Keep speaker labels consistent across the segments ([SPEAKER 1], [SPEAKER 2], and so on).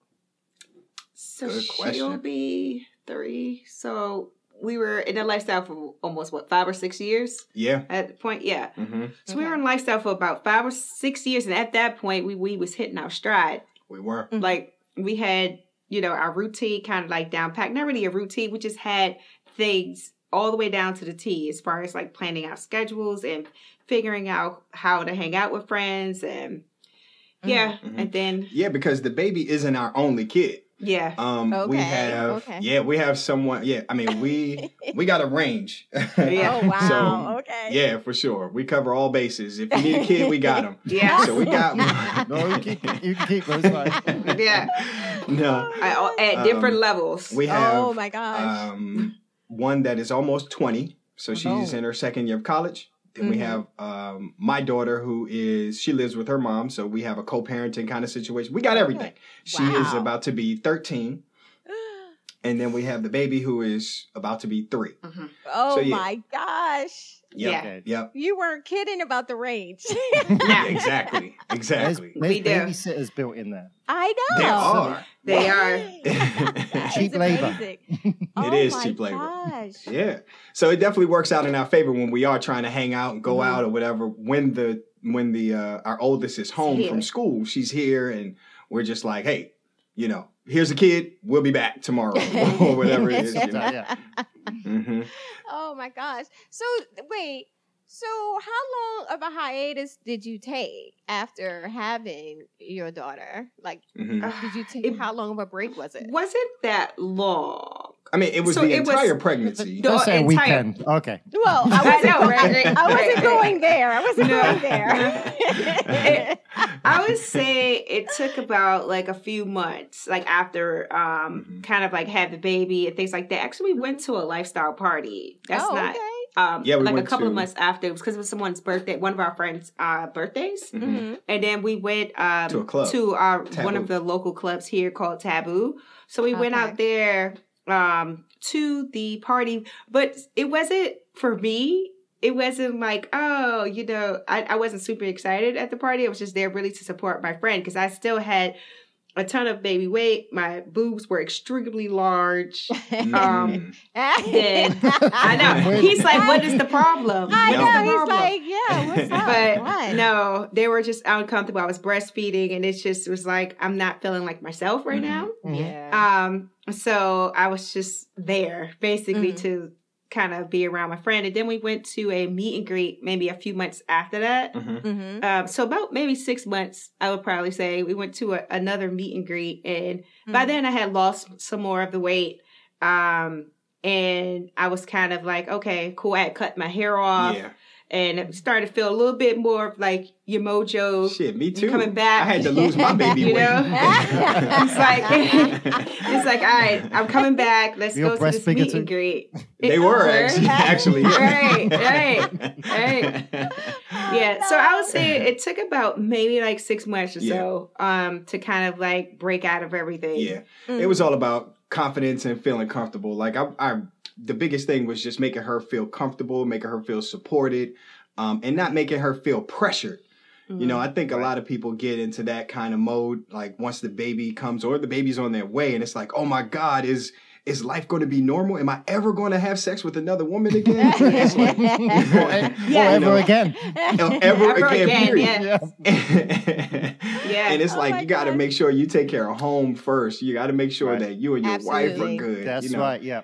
[SPEAKER 1] So
[SPEAKER 2] Good
[SPEAKER 1] she'll
[SPEAKER 2] question.
[SPEAKER 1] be three. So we were in a lifestyle for almost what five or six years
[SPEAKER 2] yeah.
[SPEAKER 1] at the point. Yeah.
[SPEAKER 2] hmm
[SPEAKER 1] So we were in lifestyle for about five or six years, and at that point, we we was hitting our stride.
[SPEAKER 2] We were.
[SPEAKER 3] Mhm.
[SPEAKER 1] Like we had, you know, our routine kind of like down packed. Not really a routine. We just had things all the way down to the T as far as like planning our schedules and figuring out how to hang out with friends and
[SPEAKER 3] Mm-hmm.
[SPEAKER 1] yeah.
[SPEAKER 2] Mhm.
[SPEAKER 1] And then
[SPEAKER 2] Yeah, because the baby isn't our only kid.
[SPEAKER 1] yeah.
[SPEAKER 2] Um, we
[SPEAKER 3] Okay,
[SPEAKER 2] have.
[SPEAKER 3] okay.
[SPEAKER 2] Yeah, we have someone. Yeah, I mean, we we got a range. Mm. yeah.
[SPEAKER 1] Yeah.
[SPEAKER 3] Oh wow.
[SPEAKER 2] So,
[SPEAKER 3] okay.
[SPEAKER 2] for sure. We cover all bases. If you need a kid, we got him.
[SPEAKER 1] Yeah.
[SPEAKER 2] So we got one.
[SPEAKER 4] No, you keep, you can keep those. Like,
[SPEAKER 1] yeah.
[SPEAKER 2] no.
[SPEAKER 1] I, at different
[SPEAKER 2] Um,
[SPEAKER 1] levels.
[SPEAKER 2] We have
[SPEAKER 3] Oh my gosh.
[SPEAKER 2] um, one that is almost 20. So she's
[SPEAKER 3] Oh.
[SPEAKER 2] in her second year of college. Then we
[SPEAKER 3] Mhm.
[SPEAKER 2] have um, my daughter who is, she lives with her mom. So we have a co parenting kind of situation. We got everything. She is
[SPEAKER 3] Oh, Wow.
[SPEAKER 2] about to be 13. And then we have the baby who is about to be three.
[SPEAKER 1] Mhm.
[SPEAKER 3] oh
[SPEAKER 2] so, yeah.
[SPEAKER 3] my gosh.
[SPEAKER 2] Yep.
[SPEAKER 1] Yeah.
[SPEAKER 4] Okay.
[SPEAKER 2] Yep.
[SPEAKER 3] You weren't kidding about the range.
[SPEAKER 2] Yeah,
[SPEAKER 1] Now,
[SPEAKER 2] exactly.
[SPEAKER 4] There's,
[SPEAKER 2] Exactly.
[SPEAKER 4] there's
[SPEAKER 1] We do.
[SPEAKER 4] babysitters built in there.
[SPEAKER 3] I know.
[SPEAKER 2] There are.
[SPEAKER 1] they are.
[SPEAKER 3] That is
[SPEAKER 4] Cheap labor.
[SPEAKER 3] amazing.
[SPEAKER 2] It
[SPEAKER 3] oh
[SPEAKER 2] is
[SPEAKER 3] my
[SPEAKER 2] cheap labor.
[SPEAKER 3] Gosh.
[SPEAKER 2] Yeah. So it definitely works out in our favor when we are trying to hang out and go
[SPEAKER 1] Mm-hmm.
[SPEAKER 2] out or whatever. When the when the uh, our oldest is home
[SPEAKER 1] here.
[SPEAKER 2] from school, she's here and we're just like, hey, you know, here's a kid. We'll be back tomorrow or whatever it is. you know.
[SPEAKER 4] yeah.
[SPEAKER 1] Mm-hmm.
[SPEAKER 2] Mhm.
[SPEAKER 3] Oh my gosh. So wait. So how long of a hiatus did you take after having your daughter? Like
[SPEAKER 2] Mhm.
[SPEAKER 1] Ugh,
[SPEAKER 3] did you take
[SPEAKER 1] It-
[SPEAKER 3] how long of a break was it?
[SPEAKER 1] wasn't that long.
[SPEAKER 2] I mean, it was
[SPEAKER 1] So
[SPEAKER 2] the
[SPEAKER 1] it was-
[SPEAKER 2] entire pregnancy.
[SPEAKER 1] the
[SPEAKER 4] Don't say
[SPEAKER 1] entire-
[SPEAKER 4] weekend. Okay.
[SPEAKER 3] Well, I
[SPEAKER 1] I
[SPEAKER 3] wasn't,
[SPEAKER 1] know, right?
[SPEAKER 3] I wasn't
[SPEAKER 1] Right, right.
[SPEAKER 3] going there. I wasn't
[SPEAKER 1] No.
[SPEAKER 3] going there.
[SPEAKER 1] I would say it took about like a few months, like after um
[SPEAKER 2] Mhm.
[SPEAKER 1] kind of like had the baby and things like that. Actually, we went to a lifestyle party. That's
[SPEAKER 3] oh,
[SPEAKER 1] not
[SPEAKER 3] okay.
[SPEAKER 1] um
[SPEAKER 2] Yeah, we
[SPEAKER 1] like a
[SPEAKER 2] went
[SPEAKER 1] couple of
[SPEAKER 2] to-
[SPEAKER 1] months after it was because it was someone's birthday, one of our friends' uh birthdays.
[SPEAKER 2] Mhm.
[SPEAKER 1] And then we went um,
[SPEAKER 2] To a club.
[SPEAKER 1] to our one
[SPEAKER 2] Taboo.
[SPEAKER 1] of the local clubs here called Taboo. So we went
[SPEAKER 3] Okay.
[SPEAKER 1] out there um, to the party, but it wasn't for me. It wasn't like, oh, you know, I, I wasn't super excited at the party. I was just there really to support my friend because I still had a ton of baby weight. My boobs were extremely large.
[SPEAKER 3] Mhm.
[SPEAKER 2] Mm-hmm.
[SPEAKER 1] Um, then- I know.
[SPEAKER 2] Wait.
[SPEAKER 1] He's like, what is the problem?
[SPEAKER 3] I
[SPEAKER 2] No.
[SPEAKER 1] What's the
[SPEAKER 3] know. He's
[SPEAKER 1] problem?
[SPEAKER 3] like, yeah, what's up?
[SPEAKER 1] but
[SPEAKER 3] What?
[SPEAKER 1] no, they were just uncomfortable. I was breastfeeding, and it just was like I'm not feeling like myself right
[SPEAKER 2] Mhm.
[SPEAKER 4] Mm-hmm.
[SPEAKER 3] Yeah.
[SPEAKER 1] now. Um, so I was just there basically
[SPEAKER 2] Mm-hmm.
[SPEAKER 3] Mhm.
[SPEAKER 1] to kind of be around my friend, and then we went to a meet and greet maybe a few months after that.
[SPEAKER 2] Mhm.
[SPEAKER 3] mm-hmm.
[SPEAKER 1] Um, so about maybe six months, I would probably say we went to a, another meet and greet, and
[SPEAKER 2] Mm-hmm.
[SPEAKER 1] by then I had lost some more of the weight. Um, and I was kind of like, okay, cool. I had cut my hair off
[SPEAKER 2] yeah.
[SPEAKER 1] and it started to feel a little bit more of like your mojo.
[SPEAKER 2] Shit, me too.
[SPEAKER 1] you coming back.
[SPEAKER 2] I had to lose my baby
[SPEAKER 1] You
[SPEAKER 2] weight.
[SPEAKER 1] know? It's like- It's
[SPEAKER 2] it's
[SPEAKER 1] like, all right, I'm coming back. Let's
[SPEAKER 4] Your
[SPEAKER 1] go to
[SPEAKER 4] breast
[SPEAKER 1] this meet
[SPEAKER 4] bigotry.
[SPEAKER 1] and great.
[SPEAKER 2] they were actually, actually yeah.
[SPEAKER 1] Right, right, right. Yeah. So I would say it took about maybe like six months or so um, to kind of like break out of everything.
[SPEAKER 2] Yeah. It was all about confidence and feeling comfortable. Like I, I the biggest thing was just making her feel comfortable, making her feel supported, um, and not making her feel pressured. You know, I think a lot of people get into that kind of mode, like once the baby comes or the baby's on their way, and it's like, oh my God, is is life going to be normal? Am I ever going to have sex with another woman again? It's like,
[SPEAKER 4] Mm. or, e-
[SPEAKER 1] Yeah,
[SPEAKER 4] or ever
[SPEAKER 2] no.
[SPEAKER 4] again.
[SPEAKER 2] ever, ever again, period.
[SPEAKER 1] yeah. Yeah.
[SPEAKER 2] And it's
[SPEAKER 3] Oh
[SPEAKER 2] like
[SPEAKER 3] my
[SPEAKER 2] you got to
[SPEAKER 3] God.
[SPEAKER 2] make sure you take care of home first. You got to make sure
[SPEAKER 4] Right.
[SPEAKER 2] that you and your wife
[SPEAKER 3] Absolutely.
[SPEAKER 2] are good.
[SPEAKER 4] That's
[SPEAKER 2] you know?
[SPEAKER 4] right. Yeah.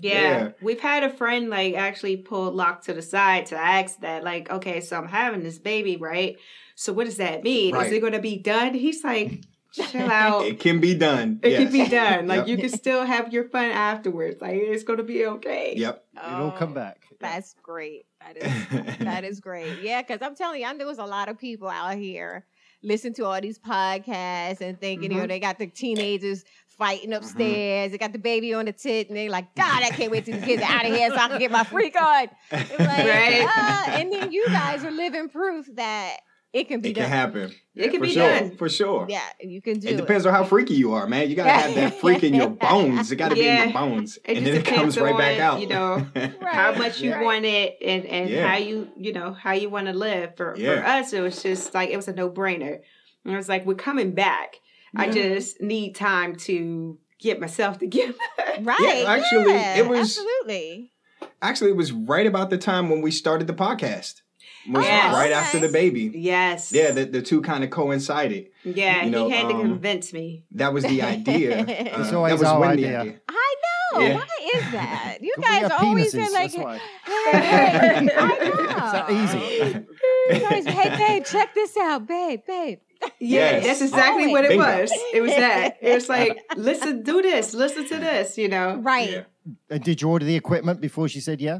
[SPEAKER 1] Yeah.
[SPEAKER 2] Yeah.
[SPEAKER 1] We've had a friend like actually pull Locke to the side to ask that, like, okay, so I'm having this baby, right? So what does that mean? Is
[SPEAKER 2] Right.
[SPEAKER 1] it gonna be done? He's like, chill out.
[SPEAKER 2] It can be done.
[SPEAKER 1] Oh. It
[SPEAKER 2] yes.
[SPEAKER 1] can be done.
[SPEAKER 2] Yep.
[SPEAKER 1] Like you can still have your fun afterwards. Like it's gonna be okay.
[SPEAKER 2] Yep.
[SPEAKER 4] It'll come back.
[SPEAKER 3] Oh, That's great. That is that is great. Yeah, because I'm telling you, I know there was a lot of people out here listen to all these podcasts and thinking, you know,
[SPEAKER 2] Mm-hmm.
[SPEAKER 1] Mhm.
[SPEAKER 3] they got the teenagers fighting upstairs, they got the baby on the tit, and they're like, God, I can't wait till the kids are out of here so I can get my free card. It's like,
[SPEAKER 1] Right.
[SPEAKER 3] uh, and then you guys are living proof that it can be
[SPEAKER 2] It
[SPEAKER 3] done.
[SPEAKER 2] can happen.
[SPEAKER 1] It can
[SPEAKER 2] For
[SPEAKER 1] be
[SPEAKER 2] sure.
[SPEAKER 1] done.
[SPEAKER 2] For sure.
[SPEAKER 3] Yeah, you can do
[SPEAKER 2] It depends on how freaky you are, man. You gotta have that freak in your bones. It gotta be in
[SPEAKER 1] Yeah.
[SPEAKER 2] your bones, and
[SPEAKER 1] It just
[SPEAKER 2] then it comes
[SPEAKER 1] depends
[SPEAKER 2] right back
[SPEAKER 1] on,
[SPEAKER 2] out.
[SPEAKER 1] you know,
[SPEAKER 3] Right.
[SPEAKER 1] How much you
[SPEAKER 3] Right.
[SPEAKER 1] want it and, and
[SPEAKER 2] Yeah.
[SPEAKER 1] how you you know, how you wanna live. For for
[SPEAKER 2] Yeah.
[SPEAKER 1] us it was just like it was a no brainer. And I was like, We're coming back. I
[SPEAKER 2] Yeah.
[SPEAKER 1] just need time to get myself together.
[SPEAKER 3] Right.
[SPEAKER 2] Yeah, actually,
[SPEAKER 3] yeah,
[SPEAKER 2] it was-
[SPEAKER 3] absolutely.
[SPEAKER 2] Actually, it was right about the time when we started the podcast. It was
[SPEAKER 3] Oh,
[SPEAKER 1] Yes.
[SPEAKER 2] right after the baby.
[SPEAKER 1] Yes.
[SPEAKER 2] Yeah, the, the two kind of coincided.
[SPEAKER 1] Yeah,
[SPEAKER 2] You know,
[SPEAKER 1] he had to
[SPEAKER 2] um,
[SPEAKER 1] convince me.
[SPEAKER 2] That was the idea. Uh,
[SPEAKER 3] It's
[SPEAKER 2] that
[SPEAKER 4] always
[SPEAKER 2] was
[SPEAKER 4] our
[SPEAKER 2] when
[SPEAKER 4] idea.
[SPEAKER 2] the idea.
[SPEAKER 3] I know.
[SPEAKER 2] Yeah.
[SPEAKER 3] Why is that? You
[SPEAKER 4] We
[SPEAKER 3] guys
[SPEAKER 4] have
[SPEAKER 3] are always
[SPEAKER 4] penises,
[SPEAKER 3] been like,
[SPEAKER 4] that's why.
[SPEAKER 3] hey, I know.
[SPEAKER 4] It's that easy.
[SPEAKER 3] You always, hey, babe, check this out, babe, babe.
[SPEAKER 1] Yeah,
[SPEAKER 2] Yes. Oh,
[SPEAKER 1] that's exactly what it
[SPEAKER 2] Bingo.
[SPEAKER 1] was. It was that. It was like, listen, do this, listen to this, you know.
[SPEAKER 3] Right.
[SPEAKER 2] Yeah.
[SPEAKER 4] Uh, did you order the equipment before she said yeah?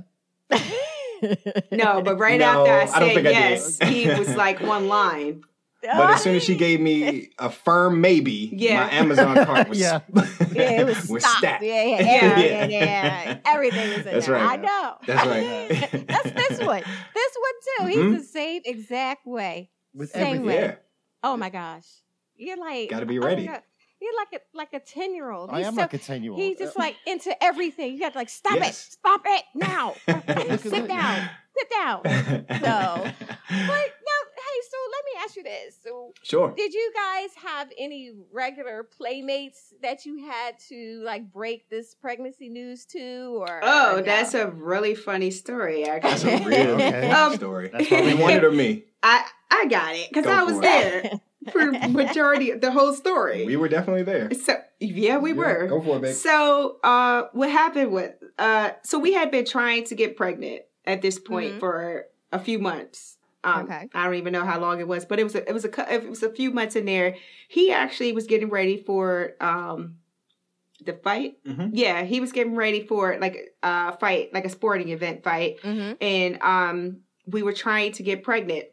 [SPEAKER 1] No, but right
[SPEAKER 2] No,
[SPEAKER 1] after I
[SPEAKER 2] I don't
[SPEAKER 1] said
[SPEAKER 2] think I did.
[SPEAKER 1] yes, he was like one line.
[SPEAKER 3] Oh,
[SPEAKER 2] But as soon as she gave me a firm maybe,
[SPEAKER 1] Yeah.
[SPEAKER 2] my Amazon cart was,
[SPEAKER 4] Yeah.
[SPEAKER 3] yeah, it was, stopped.
[SPEAKER 2] stacked.
[SPEAKER 3] Yeah, yeah, yeah, yeah,
[SPEAKER 2] Yeah.
[SPEAKER 3] yeah. Everything was in
[SPEAKER 2] That's
[SPEAKER 3] there.
[SPEAKER 2] right.
[SPEAKER 3] I know.
[SPEAKER 2] That's right.
[SPEAKER 3] That's this one. This one too.
[SPEAKER 2] Mhm.
[SPEAKER 3] He's the same exact way.
[SPEAKER 4] With
[SPEAKER 3] same
[SPEAKER 4] everything.
[SPEAKER 3] way.
[SPEAKER 2] Yeah.
[SPEAKER 3] Oh my gosh. You're like
[SPEAKER 2] Gotta be
[SPEAKER 3] I don't
[SPEAKER 2] ready.
[SPEAKER 3] know. You're like a like a ten year old.
[SPEAKER 4] I am like a 10 year old.
[SPEAKER 3] He's just like into everything. You got to like stop it,
[SPEAKER 2] uh, Yes.
[SPEAKER 3] stop it now. sit down, sit down. But No. now, hey, so let me ask you this: so,
[SPEAKER 2] Sure.
[SPEAKER 3] Did you guys have any regular playmates that you had to like break this pregnancy news to, or
[SPEAKER 1] Oh, that's a really funny story,
[SPEAKER 2] That's
[SPEAKER 1] actually.
[SPEAKER 2] a real
[SPEAKER 4] Okay.
[SPEAKER 1] Um,
[SPEAKER 2] story.
[SPEAKER 4] That's why we
[SPEAKER 2] You wanted or me?
[SPEAKER 1] I I got it because
[SPEAKER 2] Go
[SPEAKER 1] I was
[SPEAKER 2] for
[SPEAKER 1] there for majority of the whole story.
[SPEAKER 2] We were definitely there.
[SPEAKER 1] so yeah, we
[SPEAKER 2] Yeah,
[SPEAKER 1] were.
[SPEAKER 2] Go for it, babe.
[SPEAKER 1] So, uh, what happened was, uh, so we had been trying to get pregnant at this point
[SPEAKER 3] Mhm.
[SPEAKER 1] for a few months. Um,
[SPEAKER 3] Okay.
[SPEAKER 1] I don't even know how long it was, but it was a, it was a cou- it was a few months in there. He actually was getting ready for um, the fight.
[SPEAKER 2] Mhm.
[SPEAKER 1] Yeah, he was getting ready for like a fight, like a sporting event fight,
[SPEAKER 3] Mm-hmm.
[SPEAKER 1] and um, we were trying to get pregnant.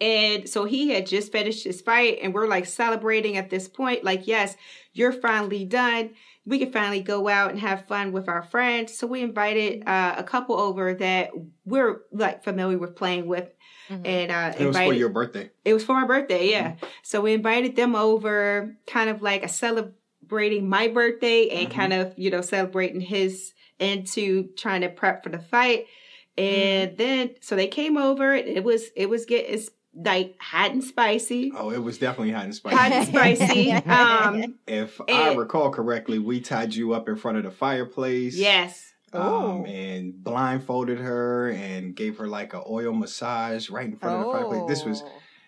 [SPEAKER 1] And so he had just finished his fight, and we're like celebrating at this point, like, yes, you're finally done. We can finally go out and have fun with our friends. So we invited uh, a couple over that we're like familiar with playing with, and uh,
[SPEAKER 2] It was for
[SPEAKER 1] invited-
[SPEAKER 2] your birthday.
[SPEAKER 1] it was for my birthday, yeah.
[SPEAKER 2] Mm-hmm.
[SPEAKER 1] So we invited them over, kind of like a celebrating my birthday and
[SPEAKER 2] Mhm.
[SPEAKER 1] kind of, you know, celebrating his into trying to prep for the fight. And
[SPEAKER 2] Mm-hmm.
[SPEAKER 1] then so they came over and it was it was getting s- like hot and spicy.
[SPEAKER 2] Oh, it was definitely hot and
[SPEAKER 1] Hot
[SPEAKER 2] spicy.
[SPEAKER 1] and spicy. um
[SPEAKER 2] if I
[SPEAKER 1] Eh.
[SPEAKER 2] recall correctly, we tied you up in front of the fireplace.
[SPEAKER 1] yes.
[SPEAKER 2] Um, and blindfolded her and gave her like a oil massage right in front of the fireplace. This
[SPEAKER 3] Oh.
[SPEAKER 2] was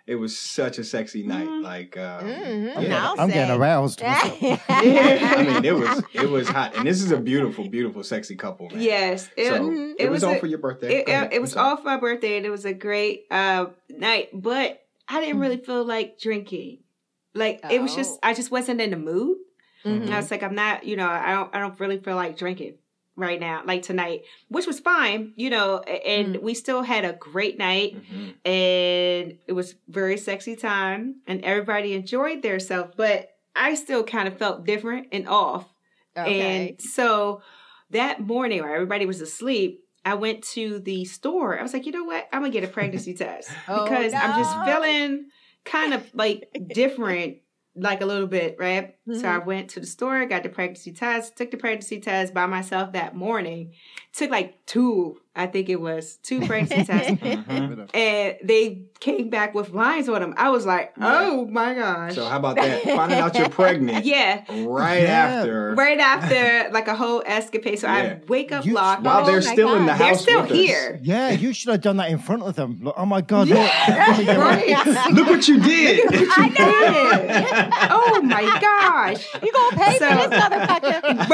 [SPEAKER 2] it was such a sexy night.
[SPEAKER 1] Mhm.
[SPEAKER 2] Like um,
[SPEAKER 3] Mhm.
[SPEAKER 4] I'm,
[SPEAKER 2] yeah.
[SPEAKER 3] Now- I'll
[SPEAKER 4] getting, I'm getting
[SPEAKER 3] say.
[SPEAKER 4] aroused. myself.
[SPEAKER 2] I
[SPEAKER 1] I
[SPEAKER 2] mean, it was it was hot, and this is a beautiful, beautiful, sexy couple. Man.
[SPEAKER 1] Yes. It, Mm-hmm.
[SPEAKER 2] so
[SPEAKER 1] it
[SPEAKER 2] it, was,
[SPEAKER 1] a-
[SPEAKER 2] all for your birthday.
[SPEAKER 1] it,
[SPEAKER 2] Go ahead.
[SPEAKER 1] it was
[SPEAKER 2] I'm sorry.
[SPEAKER 1] all for my birthday and it was a great uh, night but i didn't really feel like drinking like it was just
[SPEAKER 3] Oh.
[SPEAKER 1] i just wasn't in the mood and i was like i'm not you know i don't i don't really feel like drinking right now like tonight which was fine you know a- and we still had a great night
[SPEAKER 2] Mhm.
[SPEAKER 1] and it was very sexy time and everybody enjoyed theirself but i still kind of felt different and off
[SPEAKER 3] Okay.
[SPEAKER 1] and so that morning, while everybody was asleep, I went to the store. I was like, you know what? I'm gonna get a pregnancy test
[SPEAKER 3] Oh,
[SPEAKER 1] because I'm just
[SPEAKER 3] no.
[SPEAKER 1] feeling kind of like different, like a little bit, right? So I
[SPEAKER 3] Mhm.
[SPEAKER 1] went to the store, got the pregnancy test, took the pregnancy test by myself that morning. Took like two, I think it was two pregnancy tests,
[SPEAKER 2] Mhm.
[SPEAKER 1] and they came back with lines on them. I was like,
[SPEAKER 2] Yeah.
[SPEAKER 1] oh my gosh,
[SPEAKER 2] So how about that? Finding out you're pregnant
[SPEAKER 1] yeah.
[SPEAKER 2] right
[SPEAKER 4] Yeah.
[SPEAKER 2] after.
[SPEAKER 1] Right after like a whole escapade, so
[SPEAKER 2] Yeah.
[SPEAKER 1] I wake up
[SPEAKER 4] You-
[SPEAKER 1] locked.
[SPEAKER 2] While
[SPEAKER 3] Oh
[SPEAKER 2] they're
[SPEAKER 3] my
[SPEAKER 2] still in the
[SPEAKER 3] God.
[SPEAKER 1] They're
[SPEAKER 2] house,
[SPEAKER 1] still
[SPEAKER 2] with us.
[SPEAKER 1] here.
[SPEAKER 4] Yeah, you should have done that in front of them. Look, oh my god, look.
[SPEAKER 1] Yeah, right.
[SPEAKER 2] Look what you did!
[SPEAKER 1] I Oh my gosh.
[SPEAKER 3] You gonna pay
[SPEAKER 1] So-
[SPEAKER 3] for this motherfucker?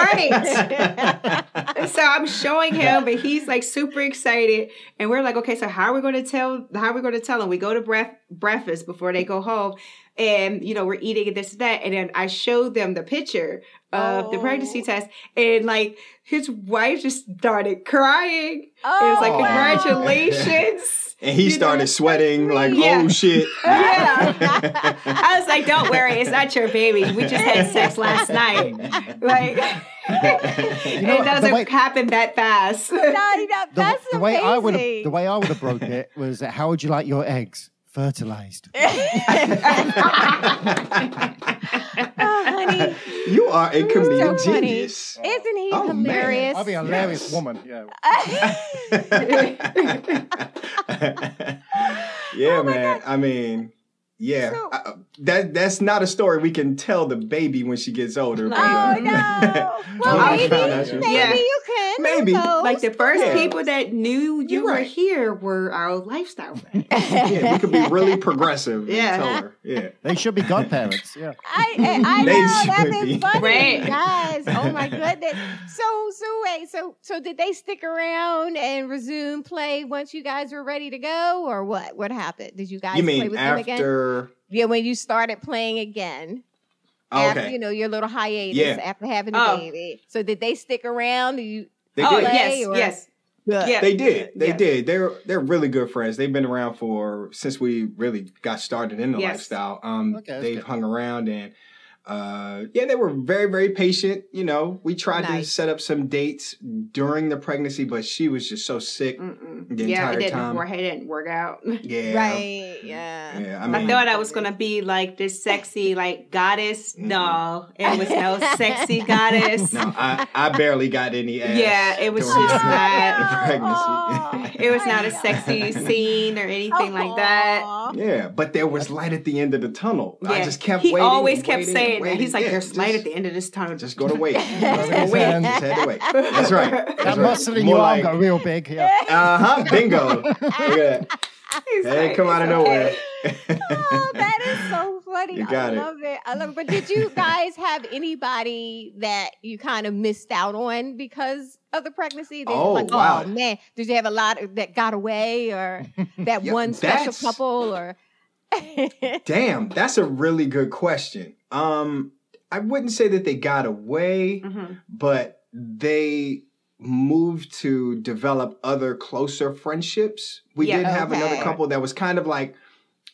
[SPEAKER 1] Right. so I'm showing him, but he's like super excited. And we're like, okay, so how are we gonna tell how are we gonna tell him? We go to breath breakfast before they go home. And you know, we're eating and this and that. And then I showed them the picture of the
[SPEAKER 3] Oh.
[SPEAKER 1] pregnancy test. And like his wife just started crying.
[SPEAKER 3] Oh,
[SPEAKER 1] It was like,
[SPEAKER 3] wow.
[SPEAKER 1] congratulations.
[SPEAKER 2] and he
[SPEAKER 1] You
[SPEAKER 2] started
[SPEAKER 1] know,
[SPEAKER 2] sweating like,
[SPEAKER 1] Yeah.
[SPEAKER 2] "Oh shit!"
[SPEAKER 1] Yeah. I was like, don't worry, it's not your baby. We just had sex last night. Like,
[SPEAKER 4] know
[SPEAKER 1] it
[SPEAKER 4] what, the
[SPEAKER 1] doesn't
[SPEAKER 4] way-
[SPEAKER 1] happen that fast.
[SPEAKER 3] No, you know,
[SPEAKER 4] The,
[SPEAKER 3] that's
[SPEAKER 4] the way I would have
[SPEAKER 3] amazing.
[SPEAKER 4] the way I would have broke it was that how would you like your eggs fertilized?
[SPEAKER 3] Oh, honey,
[SPEAKER 2] you are a comedian
[SPEAKER 3] so funny.
[SPEAKER 2] genius.
[SPEAKER 3] isn't he
[SPEAKER 2] Oh, man.
[SPEAKER 3] hilarious?
[SPEAKER 4] I'll be a hilarious
[SPEAKER 2] Yes.
[SPEAKER 4] woman. Yeah.
[SPEAKER 2] yeah,
[SPEAKER 1] Oh
[SPEAKER 2] man. I mean, yeah,
[SPEAKER 3] So-
[SPEAKER 2] I- that that's not a story we can tell the baby when she gets older. but,
[SPEAKER 3] oh
[SPEAKER 2] uh,
[SPEAKER 3] no!
[SPEAKER 2] when
[SPEAKER 3] Well,
[SPEAKER 2] we
[SPEAKER 3] maybe,
[SPEAKER 2] found out she was
[SPEAKER 3] maybe
[SPEAKER 1] Yeah.
[SPEAKER 3] you can. who
[SPEAKER 2] Maybe.
[SPEAKER 3] knows?
[SPEAKER 1] like the first
[SPEAKER 2] Yeah.
[SPEAKER 1] people that knew you
[SPEAKER 2] You're
[SPEAKER 1] were
[SPEAKER 2] right.
[SPEAKER 1] here were our lifestyle friends.
[SPEAKER 2] yeah, we could be really progressive.
[SPEAKER 1] Yeah.
[SPEAKER 2] and tell her. Yeah.
[SPEAKER 4] They should be godparents. Yeah.
[SPEAKER 3] I, I- I
[SPEAKER 2] They
[SPEAKER 3] know that
[SPEAKER 2] should
[SPEAKER 3] is
[SPEAKER 2] be.
[SPEAKER 3] funny,
[SPEAKER 1] Right.
[SPEAKER 3] guys. Oh my goodness! So, so wait, so so did they stick around and resume play once you guys were ready to go, or what? What happened? Did you guys
[SPEAKER 2] You
[SPEAKER 3] play
[SPEAKER 2] mean
[SPEAKER 3] with them again?
[SPEAKER 2] after?
[SPEAKER 3] Yeah, when you started playing again,
[SPEAKER 2] Oh,
[SPEAKER 3] after
[SPEAKER 2] okay.
[SPEAKER 3] you know your little hiatus
[SPEAKER 2] Yeah.
[SPEAKER 3] after having the
[SPEAKER 1] Oh.
[SPEAKER 3] baby. So did they stick around? Do you?
[SPEAKER 2] They
[SPEAKER 1] oh,
[SPEAKER 2] did.
[SPEAKER 1] yes,
[SPEAKER 3] Or-
[SPEAKER 1] yes.
[SPEAKER 3] Good.
[SPEAKER 1] Yeah.
[SPEAKER 2] They did. They
[SPEAKER 1] Yeah.
[SPEAKER 2] did. They're they're really good friends. They've been around for since we really got started in the
[SPEAKER 1] Yes.
[SPEAKER 2] lifestyle. Um,
[SPEAKER 4] Okay, that's
[SPEAKER 2] they've
[SPEAKER 4] good.
[SPEAKER 2] hung around and uh, yeah, they were very very patient. You know, we tried to
[SPEAKER 3] Nice.
[SPEAKER 2] set up some dates during the pregnancy, but she was just so sick.
[SPEAKER 1] Mm-mm.
[SPEAKER 2] The
[SPEAKER 1] yeah,
[SPEAKER 2] entire
[SPEAKER 1] it didn't
[SPEAKER 2] time.
[SPEAKER 1] work. It didn't work out.
[SPEAKER 2] Yeah,
[SPEAKER 3] Right. Yeah.
[SPEAKER 2] Yeah, I
[SPEAKER 1] I
[SPEAKER 2] mean,
[SPEAKER 1] thought I was gonna be like this sexy like goddess. No, it was no sexy goddess.
[SPEAKER 2] no, I I barely got any ass.
[SPEAKER 1] Yeah, it was
[SPEAKER 2] during
[SPEAKER 1] just
[SPEAKER 2] the-
[SPEAKER 1] not-
[SPEAKER 2] the
[SPEAKER 3] Oh,
[SPEAKER 2] pregnancy.
[SPEAKER 1] It was not a
[SPEAKER 3] I know.
[SPEAKER 1] sexy scene or anything like that.
[SPEAKER 3] Aw.
[SPEAKER 2] Yeah, but there was light at the end of the tunnel. I
[SPEAKER 1] Yeah.
[SPEAKER 2] just kept
[SPEAKER 1] He
[SPEAKER 2] waiting.
[SPEAKER 1] always kept
[SPEAKER 2] waiting,
[SPEAKER 1] saying that.
[SPEAKER 2] waiting.
[SPEAKER 1] He's like,
[SPEAKER 2] Yeah,
[SPEAKER 1] there's light at
[SPEAKER 2] just-
[SPEAKER 1] the end of this tunnel.
[SPEAKER 2] Just go to wait. Just go
[SPEAKER 4] Yes,
[SPEAKER 2] to wait.
[SPEAKER 4] ma'am.
[SPEAKER 2] Just had to wait. That's right.
[SPEAKER 4] That
[SPEAKER 2] That's right.
[SPEAKER 4] muscle in
[SPEAKER 2] More
[SPEAKER 4] your
[SPEAKER 2] like,
[SPEAKER 4] arm got real big. Yeah.
[SPEAKER 2] Uh huh. Bingo. Look at that.
[SPEAKER 1] He's
[SPEAKER 2] Hey,
[SPEAKER 1] like,
[SPEAKER 2] come out of
[SPEAKER 1] "It's
[SPEAKER 2] nowhere.
[SPEAKER 1] okay."
[SPEAKER 3] Oh, that is so funny.
[SPEAKER 2] You got
[SPEAKER 3] I
[SPEAKER 2] it.
[SPEAKER 3] love it. I love it. But did you guys have anybody that you kind of missed out on because of the pregnancy? That you're
[SPEAKER 2] Oh,
[SPEAKER 3] like,
[SPEAKER 2] wow.
[SPEAKER 3] oh man, did you have a lot of, that got away or that
[SPEAKER 2] Yeah,
[SPEAKER 3] one special
[SPEAKER 2] that's-
[SPEAKER 3] couple or
[SPEAKER 2] Damn, that's a really good question. Um, I wouldn't say that they got away,
[SPEAKER 1] Mm-hmm.
[SPEAKER 2] but they moved to develop other closer friendships. We
[SPEAKER 1] Yeah,
[SPEAKER 2] did have another
[SPEAKER 3] okay.
[SPEAKER 2] couple that was kind of like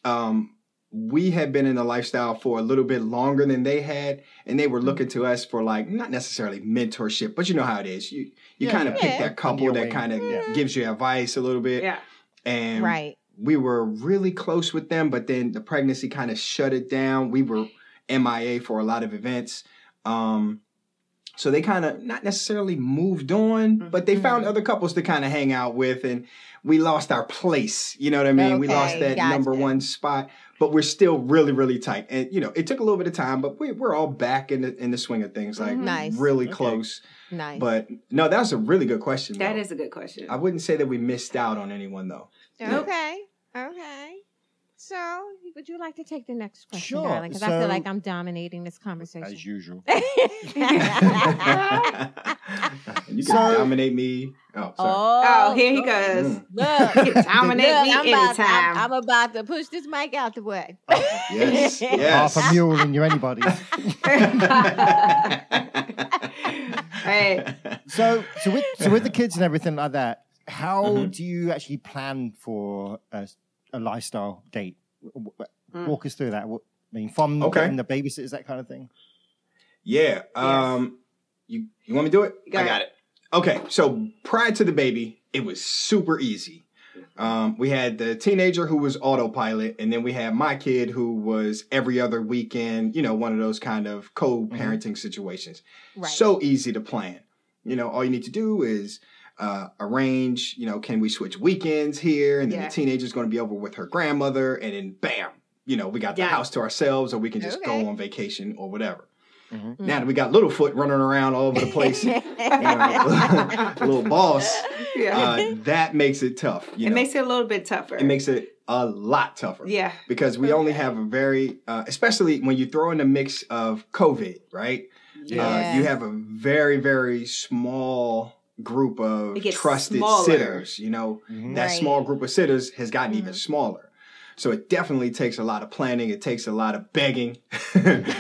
[SPEAKER 2] um we had been in the lifestyle for a little bit longer than they had, and they were looking to us for like not necessarily mentorship, but you know how it is. You you
[SPEAKER 4] Yeah,
[SPEAKER 2] kind of
[SPEAKER 4] yeah.
[SPEAKER 2] pick
[SPEAKER 3] Yeah.
[SPEAKER 2] that couple
[SPEAKER 4] your
[SPEAKER 2] that
[SPEAKER 4] wing.
[SPEAKER 2] kind of
[SPEAKER 4] Yeah.
[SPEAKER 2] gives you advice a little bit,
[SPEAKER 1] Yeah.
[SPEAKER 2] and
[SPEAKER 3] right.
[SPEAKER 2] we were really close with them, but then the pregnancy kind of shut it down. We were MIA for a lot of events. Um, so they kind of not necessarily moved on, but they
[SPEAKER 3] Mm-hmm.
[SPEAKER 2] found other couples to kind of hang out with, and we lost our place. You know what I mean? we lost
[SPEAKER 3] Okay,
[SPEAKER 2] that number
[SPEAKER 3] gotcha.
[SPEAKER 2] one spot, but we're still really, really tight. And you know, it took a little bit of time, but we, we're all back in the in the swing of things, like
[SPEAKER 1] Mhm.
[SPEAKER 3] Mm-hmm. Nice.
[SPEAKER 2] really
[SPEAKER 4] Okay.
[SPEAKER 2] close.
[SPEAKER 3] Nice.
[SPEAKER 2] But no, that's a really good question.
[SPEAKER 1] That
[SPEAKER 2] though.
[SPEAKER 1] is a good question.
[SPEAKER 2] I wouldn't say that we missed out on anyone though. Yeah.
[SPEAKER 3] okay. Okay. So, would you like to take the next question,
[SPEAKER 4] Sure.
[SPEAKER 3] darling? Because I feel
[SPEAKER 4] So-
[SPEAKER 3] like I'm dominating this conversation.
[SPEAKER 4] as usual.
[SPEAKER 2] you can
[SPEAKER 4] So-
[SPEAKER 2] dominate me. Oh, sorry.
[SPEAKER 1] oh, here he goes.
[SPEAKER 2] Mm.
[SPEAKER 3] Look,
[SPEAKER 1] You can dominate
[SPEAKER 3] Look,
[SPEAKER 1] me
[SPEAKER 3] I'm, about to,
[SPEAKER 1] anytime.
[SPEAKER 3] I'm, I'm about to push this mic out the way.
[SPEAKER 2] Yes. yes.
[SPEAKER 4] Half a mule in your anybody.
[SPEAKER 1] Right.
[SPEAKER 4] So, so with so with the kids and everything like that, how
[SPEAKER 2] Mhm.
[SPEAKER 4] do you actually plan for a, a lifestyle date? W- w-
[SPEAKER 1] Mm.
[SPEAKER 4] Walk us through that. What, I mean, from
[SPEAKER 2] Okay.
[SPEAKER 4] getting the babysitters, that kind of thing.
[SPEAKER 2] Yeah. Um, you you want me to do it?
[SPEAKER 1] Go
[SPEAKER 2] I got it. Okay. So prior to the baby, it was super easy. Um, we had the teenager who was autopilot, and then we had my kid who was every other weekend. You know, one of those kind
[SPEAKER 1] Mm-hmm.
[SPEAKER 2] of co-parenting situations.
[SPEAKER 3] Right.
[SPEAKER 2] so easy to plan. You know, all you need to do is uh, arrange, you know, can we switch weekends here? And then
[SPEAKER 1] Yeah.
[SPEAKER 2] the teenager's going to be over with her grandmother, and then bam, you know, we got the
[SPEAKER 1] Yeah.
[SPEAKER 2] house to ourselves, or we can just
[SPEAKER 3] Okay.
[SPEAKER 2] go on vacation or whatever.
[SPEAKER 4] Mhm.
[SPEAKER 1] Mm.
[SPEAKER 2] Now that we got Littlefoot running around all over the place, you know, little boss,
[SPEAKER 1] Yeah.
[SPEAKER 2] uh, that makes it tough. You
[SPEAKER 1] it
[SPEAKER 2] know?
[SPEAKER 1] makes it a little bit tougher.
[SPEAKER 2] it makes it a lot tougher
[SPEAKER 1] yeah.
[SPEAKER 2] because we only have a very, uh, especially when you throw in the mix of COVID, right?
[SPEAKER 4] Yeah.
[SPEAKER 2] Uh, you have a very, very small group of
[SPEAKER 1] It gets
[SPEAKER 2] trusted
[SPEAKER 1] smaller.
[SPEAKER 2] sitters. You know,
[SPEAKER 4] Mhm.
[SPEAKER 2] that
[SPEAKER 3] Right.
[SPEAKER 2] small group of sitters has gotten even
[SPEAKER 3] Mhm.
[SPEAKER 1] Mm-hmm.
[SPEAKER 2] smaller. So it definitely takes a lot of planning. It takes a lot of begging,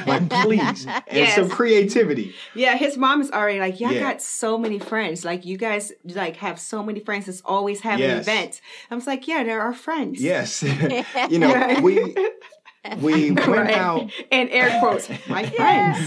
[SPEAKER 2] like please, and
[SPEAKER 1] Yes.
[SPEAKER 2] some creativity.
[SPEAKER 1] Yeah, his mom is already like, Y'all
[SPEAKER 2] Yeah.
[SPEAKER 1] got so many friends. Like you guys like have so many friends that's always having
[SPEAKER 2] Yes.
[SPEAKER 1] events. I was like, Yeah, they're our friends.
[SPEAKER 2] Yes, you know we we went
[SPEAKER 1] Right.
[SPEAKER 2] out
[SPEAKER 1] And air quotes, my friends.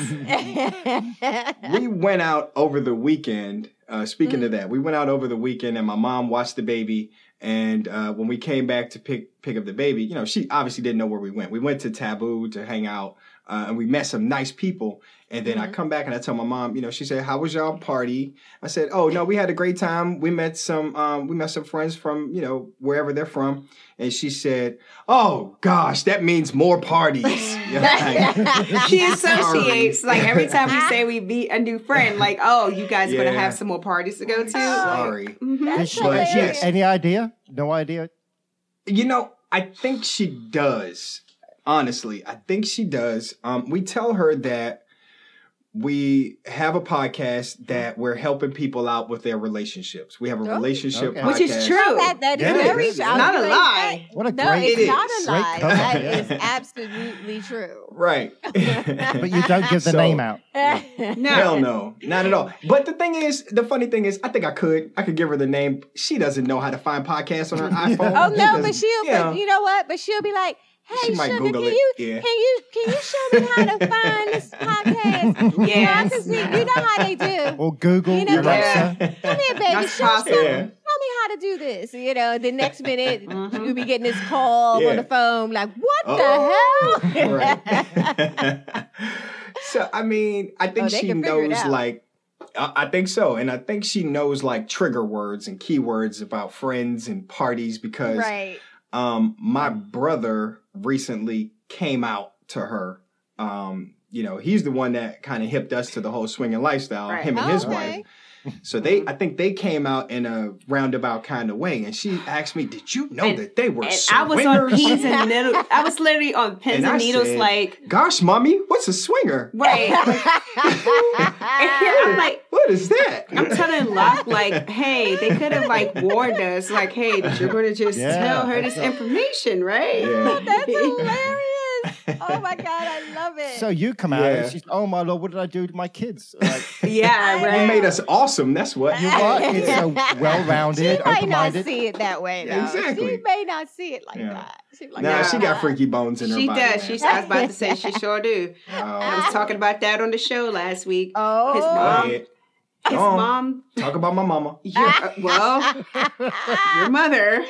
[SPEAKER 2] we went out over the weekend. Uh, speaking of that, we went out over the weekend, and my mom watched the baby. And uh, when we came back to pick pick up the baby, you know, she obviously didn't know where we went. We went to Taboo to hang out, uh, and we met some nice people. And then I come back and I tell my mom, you know, she said, "How was y'all party?" I said, "Oh no, we had a great time. We met some um, we met some friends from you know wherever they're from." And she said, "Oh gosh, that means more parties." Yeah, like-
[SPEAKER 1] She
[SPEAKER 2] Sorry.
[SPEAKER 1] associates like every time we say we meet a new friend, like, oh, you guys gonna
[SPEAKER 2] Yeah.
[SPEAKER 1] have some more parties to go
[SPEAKER 3] Oh.
[SPEAKER 1] to.
[SPEAKER 2] Sorry.
[SPEAKER 1] Mhm.
[SPEAKER 4] Does
[SPEAKER 3] That's
[SPEAKER 4] she have
[SPEAKER 2] hilarious.
[SPEAKER 4] any idea? No idea.
[SPEAKER 2] You know, I think she does. Honestly, I think she does. Um, we tell her that we have a podcast that we're helping people out with their relationships. We have a
[SPEAKER 3] Oh,
[SPEAKER 2] relationship
[SPEAKER 4] okay.
[SPEAKER 2] podcast.
[SPEAKER 1] Which is true.
[SPEAKER 3] that, that is
[SPEAKER 4] Yeah,
[SPEAKER 3] very
[SPEAKER 2] it is.
[SPEAKER 3] true.
[SPEAKER 2] It's
[SPEAKER 1] not a
[SPEAKER 3] I was
[SPEAKER 1] lie.
[SPEAKER 3] like,
[SPEAKER 4] What a
[SPEAKER 3] No,
[SPEAKER 4] great,
[SPEAKER 3] it's
[SPEAKER 2] It
[SPEAKER 3] not
[SPEAKER 2] is.
[SPEAKER 3] a
[SPEAKER 4] Great
[SPEAKER 3] lie.
[SPEAKER 4] cover.
[SPEAKER 3] That
[SPEAKER 2] Yeah.
[SPEAKER 3] is absolutely true.
[SPEAKER 2] Right.
[SPEAKER 4] but you don't give the
[SPEAKER 2] So-
[SPEAKER 4] name out.
[SPEAKER 1] No.
[SPEAKER 2] Hell no, not at all. But the thing is, the funny thing is, I think I could. I could give her the name. She doesn't know how to find podcasts on her iPhone.
[SPEAKER 3] Oh no,
[SPEAKER 2] She doesn't-
[SPEAKER 3] but she'll.
[SPEAKER 2] you know,
[SPEAKER 3] But you know what? But she'll be like, "Hey,
[SPEAKER 2] she might
[SPEAKER 3] sugar,
[SPEAKER 2] Google
[SPEAKER 3] can
[SPEAKER 2] it.
[SPEAKER 3] you
[SPEAKER 2] yeah.
[SPEAKER 3] Can you can you show me how to find this podcast? Yeah,
[SPEAKER 1] Yes.
[SPEAKER 3] you know how they do.
[SPEAKER 4] Or Google,
[SPEAKER 3] You know,
[SPEAKER 4] Alexa.
[SPEAKER 3] Come here, baby.
[SPEAKER 1] That's
[SPEAKER 3] Show, show,
[SPEAKER 1] possible.
[SPEAKER 3] show me how to do this. You know, the next minute
[SPEAKER 1] Mhm.
[SPEAKER 3] you'll be getting this call
[SPEAKER 2] Yeah.
[SPEAKER 3] on the phone, like, what
[SPEAKER 2] Oh.
[SPEAKER 3] the hell?
[SPEAKER 2] right. so I mean, I think
[SPEAKER 3] Oh, they
[SPEAKER 2] she
[SPEAKER 3] can figure it
[SPEAKER 2] knows
[SPEAKER 3] out.
[SPEAKER 2] like I, I think so, and I think she knows like trigger words and keywords about friends and parties because
[SPEAKER 3] right.
[SPEAKER 2] um my brother recently came out to her. Um, you know, he's the one that kind of hipped us to the whole swinging lifestyle.
[SPEAKER 1] Right.
[SPEAKER 2] Him and his
[SPEAKER 3] Okay.
[SPEAKER 2] wife. So they, I think they came out in a roundabout kind of way, and she asked me, "Did you know
[SPEAKER 1] And-
[SPEAKER 2] that they were
[SPEAKER 1] And I was on
[SPEAKER 2] swingers?"
[SPEAKER 1] pins and needles. I was literally on pins
[SPEAKER 2] And
[SPEAKER 1] and,
[SPEAKER 2] I
[SPEAKER 1] needles,
[SPEAKER 2] said-
[SPEAKER 1] like,
[SPEAKER 2] Gosh, mommy, what's a swinger?
[SPEAKER 1] wait. and here I'm like,
[SPEAKER 2] What is that?
[SPEAKER 1] I'm telling Locke, like, hey, they could have like warned us, like, hey, that you're gonna just
[SPEAKER 4] Yeah,
[SPEAKER 1] tell her this
[SPEAKER 4] that's a-
[SPEAKER 1] information, right?
[SPEAKER 2] Yeah.
[SPEAKER 3] That's hilarious. Oh my god, I love it.
[SPEAKER 4] So you come out
[SPEAKER 2] Yeah.
[SPEAKER 4] and she's, oh my lord, what did I do to my kids? Like,
[SPEAKER 1] Yeah,
[SPEAKER 2] You
[SPEAKER 1] right.
[SPEAKER 2] made us awesome. That's what.
[SPEAKER 4] you are. It's so
[SPEAKER 3] she
[SPEAKER 4] well-rounded,
[SPEAKER 3] might not
[SPEAKER 4] open-minded.
[SPEAKER 3] see it that way.
[SPEAKER 2] Yeah,
[SPEAKER 3] though.
[SPEAKER 2] exactly.
[SPEAKER 3] She may not see it like
[SPEAKER 2] Yeah.
[SPEAKER 3] that. She like,
[SPEAKER 2] Nah,
[SPEAKER 1] Nah.
[SPEAKER 2] she got freaky bones in her
[SPEAKER 1] She
[SPEAKER 2] body.
[SPEAKER 1] does.
[SPEAKER 2] man.
[SPEAKER 1] She's. I was about to say she sure do. I
[SPEAKER 2] Oh,
[SPEAKER 1] was talking about that on the show last week.
[SPEAKER 3] Oh,
[SPEAKER 1] His
[SPEAKER 2] go
[SPEAKER 1] mom.
[SPEAKER 2] ahead.
[SPEAKER 1] His
[SPEAKER 2] Oh.
[SPEAKER 1] mom.
[SPEAKER 2] Talk about my mama.
[SPEAKER 1] Yeah,
[SPEAKER 2] Oh.
[SPEAKER 1] well, your mother.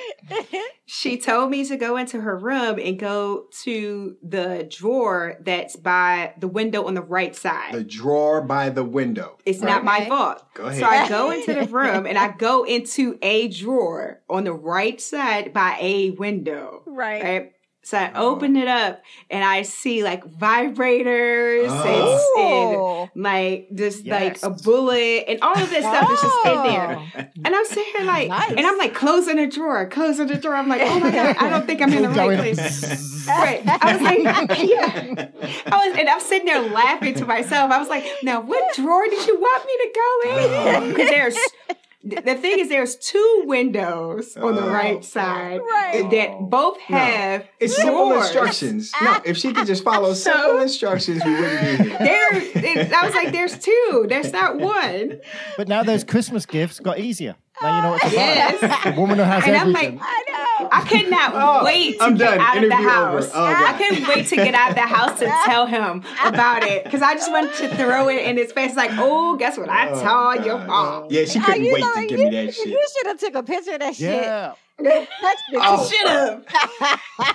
[SPEAKER 1] She told me to go into her room and go to the drawer that's by the window on the right side.
[SPEAKER 2] The drawer by the window.
[SPEAKER 1] It's not my
[SPEAKER 3] Okay.
[SPEAKER 1] fault.
[SPEAKER 2] Go ahead.
[SPEAKER 1] So I go into the room and I go into a drawer on the right side by a window.
[SPEAKER 3] right.
[SPEAKER 1] Right. So I open it up and I see like vibrators and- and,
[SPEAKER 3] Ooh.
[SPEAKER 1] like just
[SPEAKER 4] Yes.
[SPEAKER 1] like a bullet and all of this stuff is just in there. And I'm sitting here like,
[SPEAKER 3] Nice.
[SPEAKER 1] and I'm like closing the drawer, closing the drawer. I'm like, oh my god, I don't think I'm in the right
[SPEAKER 4] Going-
[SPEAKER 1] place. Right. I was like, yeah. I was, and I'm sitting there laughing to myself. I was like, now what drawer did you want me to go in? 'Cause there's, th- the thing is, there's two windows on the
[SPEAKER 2] Oh.
[SPEAKER 1] right side
[SPEAKER 3] Right.
[SPEAKER 1] that both have
[SPEAKER 2] It's simple
[SPEAKER 1] drawers.
[SPEAKER 2] instructions. No, if she could just follow
[SPEAKER 1] So-
[SPEAKER 2] simple instructions, we wouldn't be here.
[SPEAKER 1] There, it, I was like, there's two. There's not one.
[SPEAKER 4] But now those Christmas gifts got easier. Now you know what to buy.
[SPEAKER 1] Yes.
[SPEAKER 4] The woman who has
[SPEAKER 1] And I'm
[SPEAKER 4] everything.
[SPEAKER 3] "Oh,
[SPEAKER 1] like, I could not
[SPEAKER 2] Oh,
[SPEAKER 1] wait to
[SPEAKER 2] I'm
[SPEAKER 1] get
[SPEAKER 2] done.
[SPEAKER 1] out of
[SPEAKER 2] Interview
[SPEAKER 1] the
[SPEAKER 2] over.
[SPEAKER 1] house.
[SPEAKER 2] Oh, God.
[SPEAKER 1] I couldn't wait to get out of the house to tell him about it because I just wanted to throw it in his face, like, "Oh, guess what? I
[SPEAKER 2] Oh,
[SPEAKER 1] saw
[SPEAKER 2] God.
[SPEAKER 1] your mom."
[SPEAKER 2] Yeah, she
[SPEAKER 3] Oh,
[SPEAKER 2] couldn't
[SPEAKER 3] you
[SPEAKER 2] wait
[SPEAKER 3] know,
[SPEAKER 2] to give
[SPEAKER 3] you,
[SPEAKER 2] me that shit. Oh.
[SPEAKER 3] You should have took a picture of that
[SPEAKER 4] yeah.
[SPEAKER 3] shit. That's the
[SPEAKER 1] I should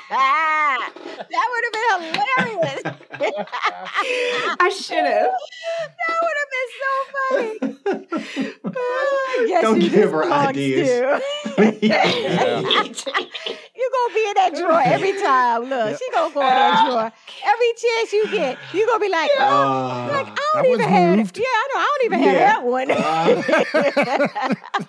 [SPEAKER 1] have.
[SPEAKER 3] that would have been hilarious.
[SPEAKER 1] I should have.
[SPEAKER 3] That would have been so funny. Oh, yes,
[SPEAKER 2] Don't
[SPEAKER 3] you
[SPEAKER 2] give
[SPEAKER 3] just
[SPEAKER 2] her
[SPEAKER 3] belongs
[SPEAKER 2] ideas.
[SPEAKER 3] to. you gonna be in that drawer every time. Look, she gonna go in that drawer. Every chance you get, you gonna be like, oh, like I
[SPEAKER 2] Ah.
[SPEAKER 3] don't
[SPEAKER 4] That
[SPEAKER 3] even
[SPEAKER 4] one's
[SPEAKER 3] have.
[SPEAKER 4] moved.
[SPEAKER 3] Yeah, I know. I don't even have that one.
[SPEAKER 2] Yeah. Ah.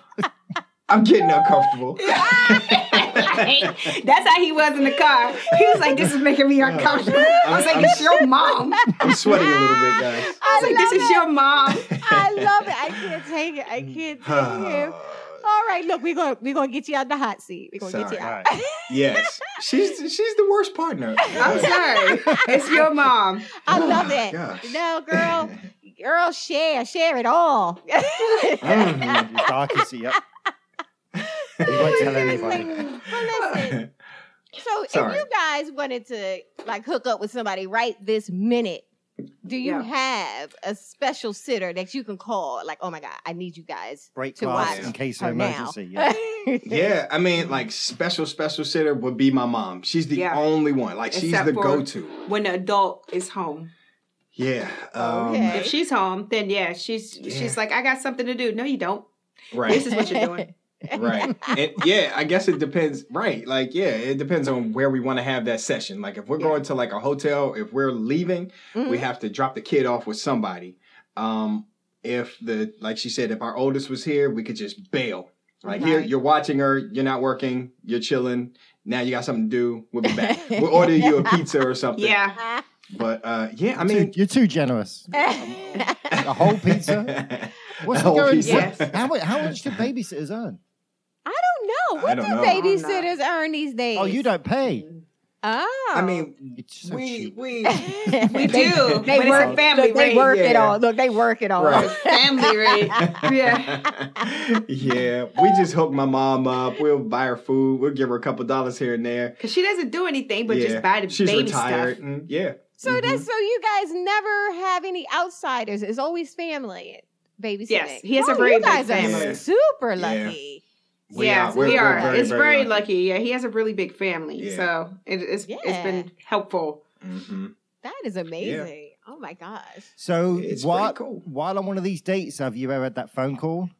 [SPEAKER 2] I'm getting uncomfortable.
[SPEAKER 1] That's how he was in the car. He was like, "This is making me
[SPEAKER 2] Oh,
[SPEAKER 1] uncomfortable." I was like, "It's your mom."
[SPEAKER 2] I'm sweating a little bit, guys.
[SPEAKER 1] I was like, "This is your mom."
[SPEAKER 3] I love it. I can't take it. I can't take it. All right, look, we're gonna we're gonna get you out the hot seat. We're gonna get you
[SPEAKER 2] Sorry.
[SPEAKER 3] out.
[SPEAKER 2] yes, she's she's the worst partner.
[SPEAKER 1] I'm sorry. It's your mom.
[SPEAKER 3] I
[SPEAKER 2] Oh
[SPEAKER 3] love
[SPEAKER 2] my
[SPEAKER 3] it.
[SPEAKER 2] gosh.
[SPEAKER 3] No, girl, girl, share, share it all.
[SPEAKER 2] Mhm.
[SPEAKER 4] Mm-hmm. It's dark, you see, yep. You won't tell anybody.
[SPEAKER 3] Seriously. But listen, so
[SPEAKER 2] Sorry.
[SPEAKER 3] if you guys wanted to like hook up with somebody right this minute, do you
[SPEAKER 1] Yeah.
[SPEAKER 3] have a special sitter that you can call? Like, oh my god, I need you guys.
[SPEAKER 4] Break
[SPEAKER 3] to
[SPEAKER 4] glass
[SPEAKER 2] watch
[SPEAKER 4] in case of
[SPEAKER 3] Her now.
[SPEAKER 4] emergency. Yeah.
[SPEAKER 2] Yeah, I mean, like special special sitter would be my mom. She's the
[SPEAKER 1] Yeah.
[SPEAKER 2] only one. Like she's
[SPEAKER 1] Except
[SPEAKER 2] the
[SPEAKER 1] for-
[SPEAKER 2] go-to.
[SPEAKER 1] When the adult is home.
[SPEAKER 2] Yeah. Um,
[SPEAKER 3] Okay.
[SPEAKER 1] If she's home, then yeah, she's
[SPEAKER 2] Yeah.
[SPEAKER 1] she's like, I got something to do. No, you don't.
[SPEAKER 2] Right.
[SPEAKER 1] This is what you're doing.
[SPEAKER 2] right and yeah i guess it depends right like yeah it depends on where we want to have that session like if we're going to like a hotel if we're leaving we
[SPEAKER 3] Mhm.
[SPEAKER 2] have to drop the kid off with somebody um if the like she said if our oldest was here we could just bail like here
[SPEAKER 3] Right.
[SPEAKER 2] you're watching her you're not working you're chilling now you got something to do we'll be back we'll order you a pizza or something
[SPEAKER 1] Yeah.
[SPEAKER 3] Mm-hmm.
[SPEAKER 2] but uh yeah i
[SPEAKER 4] Too-
[SPEAKER 2] mean
[SPEAKER 4] you're too generous. A whole pizza? What's
[SPEAKER 2] A
[SPEAKER 4] the
[SPEAKER 2] whole
[SPEAKER 4] going
[SPEAKER 2] pizza.
[SPEAKER 1] Yes.
[SPEAKER 4] How, mu- how much do babysitters earn?
[SPEAKER 3] I don't know. Oh, What
[SPEAKER 2] I don't
[SPEAKER 3] do
[SPEAKER 2] know.
[SPEAKER 3] babysitters earn these days?
[SPEAKER 4] Oh, you don't pay.
[SPEAKER 3] Oh,
[SPEAKER 2] i mean
[SPEAKER 4] It's so
[SPEAKER 2] we
[SPEAKER 4] cheap.
[SPEAKER 2] we
[SPEAKER 1] We do. but it's a family
[SPEAKER 3] Look, they
[SPEAKER 1] rate.
[SPEAKER 3] work it
[SPEAKER 2] yeah.
[SPEAKER 3] all. Look, they work it all.
[SPEAKER 2] Right.
[SPEAKER 1] Family rate. Yeah.
[SPEAKER 2] yeah, we just hook my mom up. We'll buy her food. We'll give her a couple dollars here and there.
[SPEAKER 1] Cause she doesn't do anything but
[SPEAKER 2] yeah.
[SPEAKER 1] just buy the
[SPEAKER 2] She's
[SPEAKER 1] baby
[SPEAKER 2] retired.
[SPEAKER 1] stuff.
[SPEAKER 2] Mm, yeah.
[SPEAKER 3] So that's so you guys never have any outsiders. It's always family babysitting.
[SPEAKER 1] Yes, he has a
[SPEAKER 3] Wow,
[SPEAKER 1] very
[SPEAKER 3] you
[SPEAKER 1] big
[SPEAKER 3] guys
[SPEAKER 2] family.
[SPEAKER 3] are super lucky.
[SPEAKER 1] yes,
[SPEAKER 2] We're-
[SPEAKER 1] we
[SPEAKER 2] we're
[SPEAKER 1] are.
[SPEAKER 2] very,
[SPEAKER 1] it's
[SPEAKER 2] very
[SPEAKER 1] very,
[SPEAKER 2] lucky.
[SPEAKER 1] lucky. Yeah, he has a really big family,
[SPEAKER 2] Yeah.
[SPEAKER 1] so it, it's it's
[SPEAKER 3] Yeah.
[SPEAKER 1] been helpful.
[SPEAKER 4] Mm-hmm.
[SPEAKER 2] Mhm.
[SPEAKER 3] That is amazing. Oh my gosh.
[SPEAKER 4] So
[SPEAKER 2] It's
[SPEAKER 4] while,
[SPEAKER 2] pretty cool.
[SPEAKER 4] while on one of these dates, have you ever had that phone call?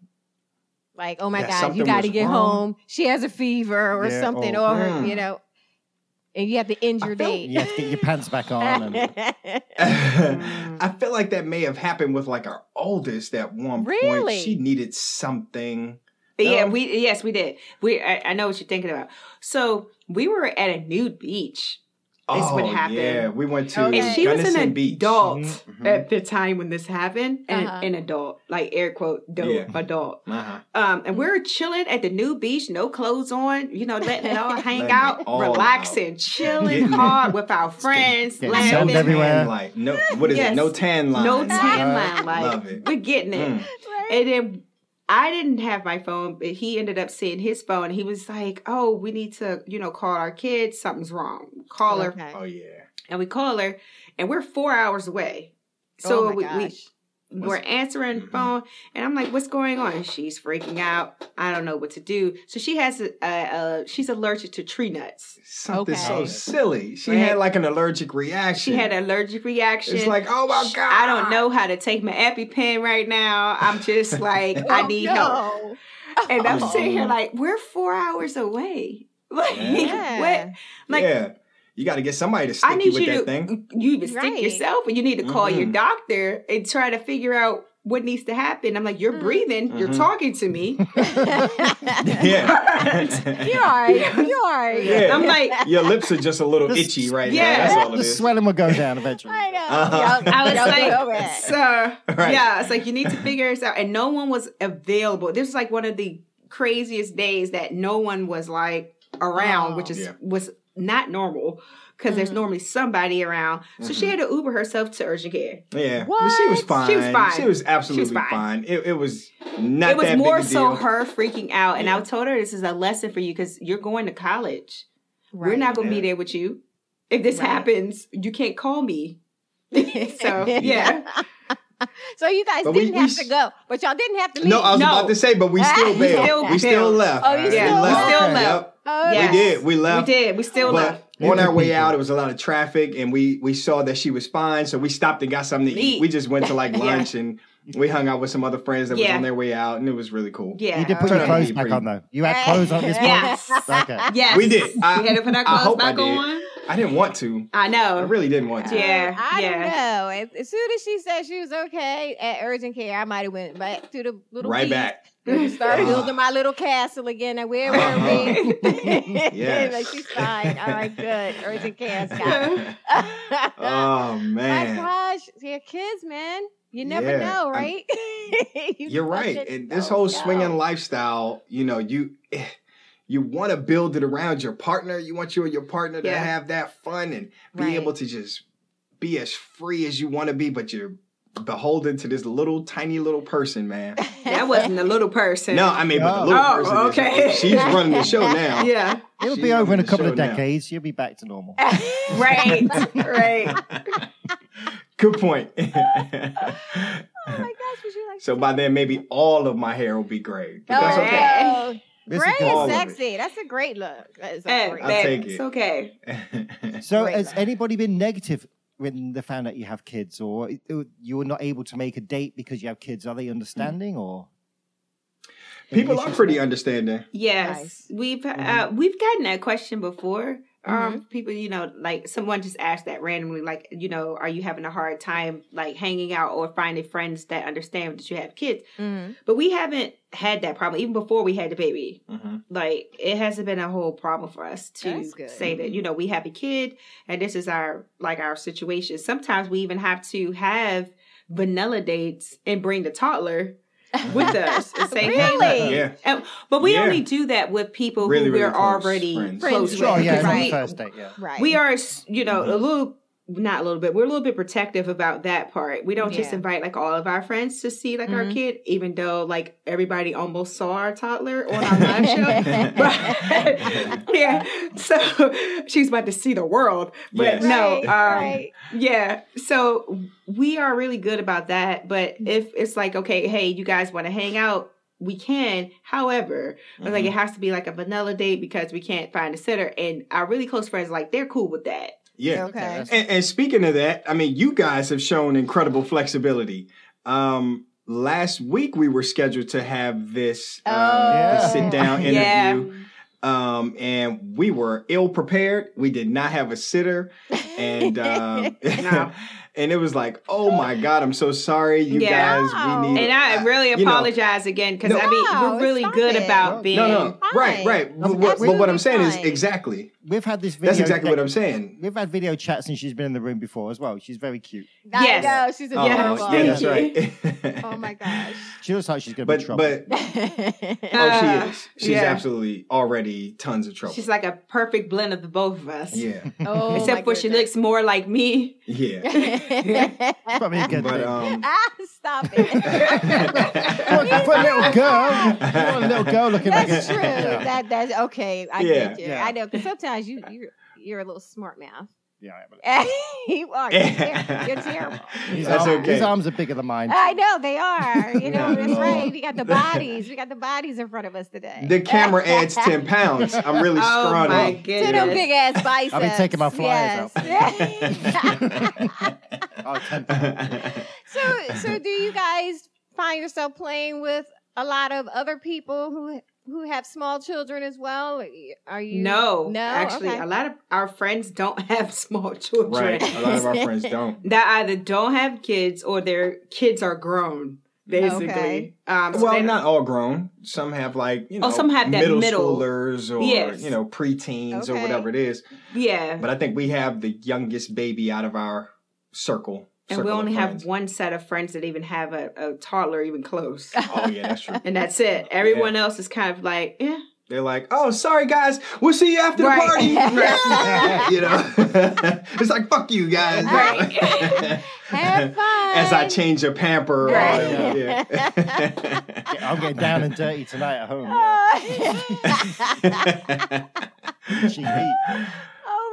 [SPEAKER 3] Like, oh my
[SPEAKER 2] Yeah,
[SPEAKER 3] God,
[SPEAKER 2] something
[SPEAKER 3] you got to
[SPEAKER 2] was
[SPEAKER 3] get
[SPEAKER 2] wrong.
[SPEAKER 3] home. She has a fever or
[SPEAKER 4] Yeah,
[SPEAKER 3] something,
[SPEAKER 4] oh,
[SPEAKER 3] or, her,
[SPEAKER 2] hmm.
[SPEAKER 3] you know, and you have to end your
[SPEAKER 2] felt-
[SPEAKER 3] date.
[SPEAKER 4] You have to get your pants back on. And,
[SPEAKER 2] I feel like that may have happened with like our oldest at one
[SPEAKER 3] Really?
[SPEAKER 2] point. She needed something.
[SPEAKER 1] But yeah,
[SPEAKER 2] Um,
[SPEAKER 1] we yes we did. We I, I know what you're thinking about. So we were at a nude beach, what happened.
[SPEAKER 2] Oh, Yeah, we went to
[SPEAKER 1] And she was
[SPEAKER 2] Gunnison
[SPEAKER 1] an
[SPEAKER 2] Beach.
[SPEAKER 1] adult
[SPEAKER 2] Mhm.
[SPEAKER 1] at the time when this happened, and
[SPEAKER 3] Uh-huh.
[SPEAKER 1] an adult, like air quote, dope,
[SPEAKER 2] Yeah.
[SPEAKER 1] adult.
[SPEAKER 2] Uh-huh.
[SPEAKER 1] Um, and we're chilling at the new beach, no clothes on, you know, letting it all hang
[SPEAKER 2] Letting
[SPEAKER 1] out,
[SPEAKER 2] it all
[SPEAKER 1] relaxing, chilling
[SPEAKER 2] Getting it.
[SPEAKER 1] hard with our friends,
[SPEAKER 4] getting
[SPEAKER 1] laughing.
[SPEAKER 4] zoned
[SPEAKER 2] No
[SPEAKER 4] everywhere.
[SPEAKER 2] tan line. No, what is
[SPEAKER 1] Yes.
[SPEAKER 2] it? No tan line.
[SPEAKER 1] No tan
[SPEAKER 2] Right.
[SPEAKER 1] line, like
[SPEAKER 2] Love it.
[SPEAKER 1] we're getting it.
[SPEAKER 2] Mm.
[SPEAKER 1] And then I didn't have my phone, but he ended up seeing his phone. He was like, "Oh, we need to, you know, call our kids. Something's wrong. Call her."
[SPEAKER 3] Okay.
[SPEAKER 2] Oh yeah.
[SPEAKER 1] And we call her, and we're four hours away. So
[SPEAKER 3] oh my
[SPEAKER 1] we, we
[SPEAKER 3] gosh.
[SPEAKER 1] we're answering
[SPEAKER 2] Mhm.
[SPEAKER 1] phone, and I'm like, "What's going on?" She's freaking out. I don't know what to do. So she has a, a, a she's allergic to tree nuts.
[SPEAKER 2] Something
[SPEAKER 3] Okay.
[SPEAKER 2] so silly. She
[SPEAKER 1] Right.
[SPEAKER 2] had like an allergic reaction.
[SPEAKER 1] She had an allergic reaction.
[SPEAKER 2] It's like, oh my
[SPEAKER 1] Sh-
[SPEAKER 2] god.
[SPEAKER 1] I don't know how to take my EpiPen right now. I'm just like, I
[SPEAKER 3] Oh,
[SPEAKER 1] need
[SPEAKER 3] no.
[SPEAKER 1] help. And I'm
[SPEAKER 2] Oh.
[SPEAKER 1] sitting here like, we're four hours away. Like,
[SPEAKER 2] Yeah.
[SPEAKER 1] what? Like,
[SPEAKER 2] yeah, you got to get somebody to stick
[SPEAKER 1] I
[SPEAKER 2] you
[SPEAKER 1] need
[SPEAKER 2] with
[SPEAKER 1] you
[SPEAKER 2] that
[SPEAKER 1] to,
[SPEAKER 2] thing.
[SPEAKER 1] you need to stick
[SPEAKER 3] Right.
[SPEAKER 1] yourself and you need to call your
[SPEAKER 2] Mhm.
[SPEAKER 1] doctor and try to figure out what needs to happen. I'm like, you're
[SPEAKER 3] Mm.
[SPEAKER 1] breathing, you're
[SPEAKER 2] Mhm.
[SPEAKER 1] talking to me.
[SPEAKER 3] You're
[SPEAKER 2] Yeah.
[SPEAKER 3] all right. You're all right.
[SPEAKER 2] Yeah.
[SPEAKER 1] I'm like,
[SPEAKER 2] Your lips are just a little
[SPEAKER 4] The s-
[SPEAKER 2] itchy right
[SPEAKER 1] Yeah.
[SPEAKER 2] now. That's all it
[SPEAKER 4] the
[SPEAKER 2] is.
[SPEAKER 4] swelling will go down eventually.
[SPEAKER 3] I know.
[SPEAKER 2] Uh-huh.
[SPEAKER 3] Yup.
[SPEAKER 1] I was
[SPEAKER 3] Yup.
[SPEAKER 1] like,
[SPEAKER 3] Go ahead.
[SPEAKER 1] sir.
[SPEAKER 2] Right.
[SPEAKER 1] Yeah, it's like you need to figure this out. And no one was available. This was like one of the craziest days that no one was like around,
[SPEAKER 3] Oh.
[SPEAKER 1] which is
[SPEAKER 2] Yeah.
[SPEAKER 1] was not normal because there's
[SPEAKER 3] Mhm.
[SPEAKER 1] normally somebody around. So she
[SPEAKER 2] Mhm.
[SPEAKER 1] had to Uber herself to urgent care.
[SPEAKER 2] Yeah, But she was
[SPEAKER 1] What?
[SPEAKER 2] fine.
[SPEAKER 1] She was fine.
[SPEAKER 2] She was absolutely
[SPEAKER 1] fine.
[SPEAKER 2] fine. It, it was not.
[SPEAKER 1] it was
[SPEAKER 2] that
[SPEAKER 1] more
[SPEAKER 2] big a
[SPEAKER 1] so
[SPEAKER 2] deal.
[SPEAKER 1] her freaking out. And I
[SPEAKER 2] Yeah.
[SPEAKER 1] told her this is a lesson for you because you're going to college. We're
[SPEAKER 3] Right.
[SPEAKER 1] not gonna be
[SPEAKER 2] Yeah.
[SPEAKER 1] there with you. If this
[SPEAKER 3] Right.
[SPEAKER 1] happens, you can't call me. so yeah.
[SPEAKER 3] So you guys
[SPEAKER 2] But we-
[SPEAKER 3] didn't
[SPEAKER 2] we
[SPEAKER 3] have
[SPEAKER 2] s-
[SPEAKER 3] to go, but y'all didn't have to leave.
[SPEAKER 2] No, I was
[SPEAKER 1] No.
[SPEAKER 2] about to say, but we still
[SPEAKER 3] We
[SPEAKER 2] bailed.
[SPEAKER 1] still
[SPEAKER 2] we still
[SPEAKER 1] bailed.
[SPEAKER 2] left.
[SPEAKER 3] Oh, you
[SPEAKER 2] We
[SPEAKER 3] still
[SPEAKER 1] left. We still
[SPEAKER 2] Yep.
[SPEAKER 1] left.
[SPEAKER 3] oh,
[SPEAKER 1] Yes.
[SPEAKER 2] We did. We
[SPEAKER 1] We
[SPEAKER 2] left.
[SPEAKER 1] did. We still left.
[SPEAKER 2] But on our way
[SPEAKER 4] People.
[SPEAKER 2] out, it was a lot of traffic, and we we saw that she was fine, so we stopped and got something to eat.
[SPEAKER 1] Eat.
[SPEAKER 2] We just went to like
[SPEAKER 1] Yeah.
[SPEAKER 2] lunch and we hung out with some other friends that was
[SPEAKER 1] Yeah.
[SPEAKER 2] on their way out, and it was really cool.
[SPEAKER 1] Yeah.
[SPEAKER 4] You did put
[SPEAKER 2] Turn
[SPEAKER 4] your
[SPEAKER 2] on the
[SPEAKER 4] clothes
[SPEAKER 2] heat,
[SPEAKER 4] back
[SPEAKER 2] Bree.
[SPEAKER 4] on though. You had clothes on at this point.
[SPEAKER 1] Yes.
[SPEAKER 4] Okay.
[SPEAKER 1] Yes.
[SPEAKER 2] We did. I,
[SPEAKER 1] we had to put our
[SPEAKER 2] I
[SPEAKER 1] clothes
[SPEAKER 2] hope
[SPEAKER 1] back
[SPEAKER 2] I did.
[SPEAKER 1] on.
[SPEAKER 2] I didn't want to.
[SPEAKER 1] I know.
[SPEAKER 2] I really didn't want to.
[SPEAKER 1] Yeah.
[SPEAKER 3] I
[SPEAKER 1] yeah.
[SPEAKER 3] don't know. As, as soon as she said she was okay at urgent care, I might have went back to the little
[SPEAKER 2] Right
[SPEAKER 3] beach,
[SPEAKER 2] back.
[SPEAKER 3] Started
[SPEAKER 2] Uh-huh.
[SPEAKER 3] building my little castle again. And where
[SPEAKER 2] Uh-huh.
[SPEAKER 3] were we?
[SPEAKER 2] Yes.
[SPEAKER 3] Like, she's fine. All right, good. Urgent care. Scott. My
[SPEAKER 2] oh man,
[SPEAKER 3] gosh, yeah, kids, man. You never
[SPEAKER 2] Yeah,
[SPEAKER 3] know,
[SPEAKER 2] I'm-
[SPEAKER 3] right? you
[SPEAKER 2] you're right.
[SPEAKER 3] fucking
[SPEAKER 2] And this
[SPEAKER 3] don't
[SPEAKER 2] whole
[SPEAKER 3] know.
[SPEAKER 2] swinging lifestyle, you know, you eh, you want to build it around your partner. You want you and your partner to
[SPEAKER 1] Yeah.
[SPEAKER 2] have that fun and be
[SPEAKER 3] Right.
[SPEAKER 2] able to just be as free as you want to be, but you're beholden to this little tiny little person, man.
[SPEAKER 1] That wasn't a little person.
[SPEAKER 2] No, I mean, but the little
[SPEAKER 1] Oh,
[SPEAKER 2] person. is-
[SPEAKER 1] okay.
[SPEAKER 2] she's running the show now.
[SPEAKER 1] Yeah.
[SPEAKER 4] It'll
[SPEAKER 2] She's
[SPEAKER 4] be over in
[SPEAKER 2] running
[SPEAKER 4] a
[SPEAKER 2] the
[SPEAKER 4] couple
[SPEAKER 2] show
[SPEAKER 4] of
[SPEAKER 2] now.
[SPEAKER 4] decades. You'll be back to normal.
[SPEAKER 3] Oh
[SPEAKER 1] Right. right.
[SPEAKER 2] Good point.
[SPEAKER 3] Oh my gosh, was you like
[SPEAKER 2] so by then, maybe all of my hair will be gray. But that's
[SPEAKER 3] Oh,
[SPEAKER 2] okay.
[SPEAKER 1] okay.
[SPEAKER 3] no.
[SPEAKER 4] This is
[SPEAKER 3] Gray
[SPEAKER 2] all
[SPEAKER 3] is
[SPEAKER 2] of it.
[SPEAKER 3] sexy. That's a great look. That is a
[SPEAKER 1] Hey,
[SPEAKER 3] great
[SPEAKER 2] I'll
[SPEAKER 1] babe,
[SPEAKER 2] take it.
[SPEAKER 1] It's okay.
[SPEAKER 4] So
[SPEAKER 3] Right.
[SPEAKER 4] has anybody been negative when they found out you have kids, or it- it- you were not able to make a date because you have kids? Are they understanding, or any
[SPEAKER 2] People are
[SPEAKER 4] issues
[SPEAKER 2] pretty
[SPEAKER 4] there?
[SPEAKER 2] understanding.
[SPEAKER 1] Yes.
[SPEAKER 3] Nice.
[SPEAKER 1] We've uh,
[SPEAKER 2] Mhm.
[SPEAKER 1] we've gotten that question before. Um, people, you know, like someone just asked that randomly, like, you know, are you having a hard time like hanging out or finding friends that understand that you have kids?
[SPEAKER 3] Mm-hmm.
[SPEAKER 1] But we haven't had that problem even before we had the baby. like it hasn't been a whole problem for us to
[SPEAKER 3] That's good.
[SPEAKER 1] say that you know we have a kid and this is our like our situation sometimes we even have to have vanilla dates and bring the toddler with us and say hey look
[SPEAKER 3] Really?
[SPEAKER 2] Yeah.
[SPEAKER 1] and, but we
[SPEAKER 2] Yeah.
[SPEAKER 1] only do that with people
[SPEAKER 2] Really,
[SPEAKER 1] who we're
[SPEAKER 2] really close
[SPEAKER 1] already
[SPEAKER 2] friends.
[SPEAKER 1] close
[SPEAKER 3] Friends,
[SPEAKER 1] with
[SPEAKER 3] Sure,
[SPEAKER 4] Oh yeah,
[SPEAKER 1] because
[SPEAKER 4] it's on
[SPEAKER 1] we,
[SPEAKER 4] the first date. Yeah.
[SPEAKER 3] Right.
[SPEAKER 1] we are s- you know a
[SPEAKER 2] Mhm.
[SPEAKER 1] little not a little bit we're a little bit protective about that part we don't just
[SPEAKER 3] Yeah.
[SPEAKER 1] invite like all of our friends to see like our
[SPEAKER 3] Mhm.
[SPEAKER 1] kid even though like everybody almost saw our toddler on our live show But- yeah. So she's about to see the world. But
[SPEAKER 2] Yes.
[SPEAKER 1] no, um,
[SPEAKER 2] Right,
[SPEAKER 3] right.
[SPEAKER 1] yeah. So we are really good about that. But if it's like, okay, hey, you guys want to hang out, we can. However, it's like it
[SPEAKER 2] Mm-hmm.
[SPEAKER 1] has to be like a vanilla date because we can't find a sitter. And our really close friends, like, they're cool with that.
[SPEAKER 2] Yeah.
[SPEAKER 3] Okay.
[SPEAKER 4] that's-
[SPEAKER 2] And, and speaking of that, I mean, you guys have shown incredible flexibility. Um, last week we were scheduled to have this, uh,
[SPEAKER 4] Oh.
[SPEAKER 2] this sit down interview,
[SPEAKER 1] Yeah.
[SPEAKER 2] um, and we were ill prepared. We did not have a sitter, and um,
[SPEAKER 1] No.
[SPEAKER 2] and it was like, oh my god, I'm so sorry, you
[SPEAKER 1] Yeah.
[SPEAKER 2] guys. We need.
[SPEAKER 1] And I really
[SPEAKER 2] you know-
[SPEAKER 1] apologize again because I mean,
[SPEAKER 3] No,
[SPEAKER 1] we're really
[SPEAKER 3] stop
[SPEAKER 1] good
[SPEAKER 3] it.
[SPEAKER 2] No,
[SPEAKER 1] about being.
[SPEAKER 2] no, no, right,
[SPEAKER 3] fine.
[SPEAKER 2] right.
[SPEAKER 4] That's
[SPEAKER 2] But, what- but what I'm
[SPEAKER 3] absolutely
[SPEAKER 2] saying is
[SPEAKER 3] fine.
[SPEAKER 2] exactly.
[SPEAKER 4] We've had this video.
[SPEAKER 2] That's exactly what
[SPEAKER 4] that-
[SPEAKER 2] I'm saying.
[SPEAKER 4] We've had video chats and she's been in the room before as well. She's very cute.
[SPEAKER 3] I
[SPEAKER 1] Yes.
[SPEAKER 3] know she's
[SPEAKER 2] Oh,
[SPEAKER 3] adorable.
[SPEAKER 1] Yes,
[SPEAKER 2] yeah, that's
[SPEAKER 1] thank
[SPEAKER 2] right.
[SPEAKER 3] Oh my gosh.
[SPEAKER 4] She looks like she's going to be
[SPEAKER 2] but
[SPEAKER 4] trouble.
[SPEAKER 2] but oh, she is. She's
[SPEAKER 1] Yeah.
[SPEAKER 2] absolutely already tons of trouble.
[SPEAKER 1] She's like a perfect blend of the both of us.
[SPEAKER 2] yeah,
[SPEAKER 3] oh,
[SPEAKER 1] Except for she looks more like me.
[SPEAKER 2] yeah.
[SPEAKER 3] looks.
[SPEAKER 4] Probably a good
[SPEAKER 2] But
[SPEAKER 4] thing.
[SPEAKER 2] um,
[SPEAKER 3] ah, stop it.
[SPEAKER 4] for, for a little girl, for a little girl looking like
[SPEAKER 3] That's
[SPEAKER 4] a
[SPEAKER 3] true.
[SPEAKER 4] Yeah.
[SPEAKER 3] That that's okay. I
[SPEAKER 2] Yeah.
[SPEAKER 3] get you.
[SPEAKER 4] Yeah.
[SPEAKER 3] I know because sometimes you you you're a little smart mouth.
[SPEAKER 4] Yeah, I am.
[SPEAKER 3] you are. You're, ter- you're terrible.
[SPEAKER 4] His,
[SPEAKER 2] That's
[SPEAKER 4] arm-
[SPEAKER 2] okay.
[SPEAKER 4] his arms are bigger than mine.
[SPEAKER 3] I know they are. You
[SPEAKER 2] Yeah,
[SPEAKER 3] know that's
[SPEAKER 2] no.
[SPEAKER 3] right. We got the bodies. We got the bodies in front of us today.
[SPEAKER 2] the camera adds ten pounds. I'm really
[SPEAKER 1] Oh
[SPEAKER 2] scrawny.
[SPEAKER 1] my
[SPEAKER 3] To
[SPEAKER 1] goodness.
[SPEAKER 3] them big ass biceps.
[SPEAKER 4] I've been taking my flyers
[SPEAKER 3] yes.
[SPEAKER 4] Oh, ten-
[SPEAKER 3] so so do you guys find yourself playing with a lot of other people who who have small children as well? Are you
[SPEAKER 1] No,
[SPEAKER 3] no
[SPEAKER 1] Actually,
[SPEAKER 3] Okay.
[SPEAKER 1] a lot of our friends don't have small children.
[SPEAKER 2] right. A lot of our friends don't.
[SPEAKER 1] That either don't have kids or their kids are grown, basically.
[SPEAKER 3] Okay.
[SPEAKER 1] Um, so they
[SPEAKER 2] Mm-hmm. Well,
[SPEAKER 1] don't-
[SPEAKER 2] not all grown. Some have like you know,
[SPEAKER 1] Oh, some have that
[SPEAKER 2] middle,
[SPEAKER 1] middle-
[SPEAKER 2] schoolers or
[SPEAKER 1] Yes.
[SPEAKER 2] you know preteens or
[SPEAKER 3] Okay.
[SPEAKER 2] whatever it is.
[SPEAKER 1] Yeah.
[SPEAKER 2] But I think we have the youngest baby out of our circle.
[SPEAKER 1] and we
[SPEAKER 2] circle of
[SPEAKER 1] only have
[SPEAKER 2] friends.
[SPEAKER 1] one set of friends that even have a, a toddler even close.
[SPEAKER 2] Oh yeah, that's true.
[SPEAKER 1] and that's it. Everyone else is kind of like, eh.
[SPEAKER 2] They're like, oh, sorry guys, we'll see you after
[SPEAKER 1] Right.
[SPEAKER 2] the party. you know, it's like fuck you guys.
[SPEAKER 1] Right.
[SPEAKER 3] Have fun.
[SPEAKER 2] As I change a pamper.
[SPEAKER 1] Right.
[SPEAKER 2] uh, yeah.
[SPEAKER 4] I'm getting down and dirty tonight at home. Yeah.
[SPEAKER 3] oh
[SPEAKER 4] She beat.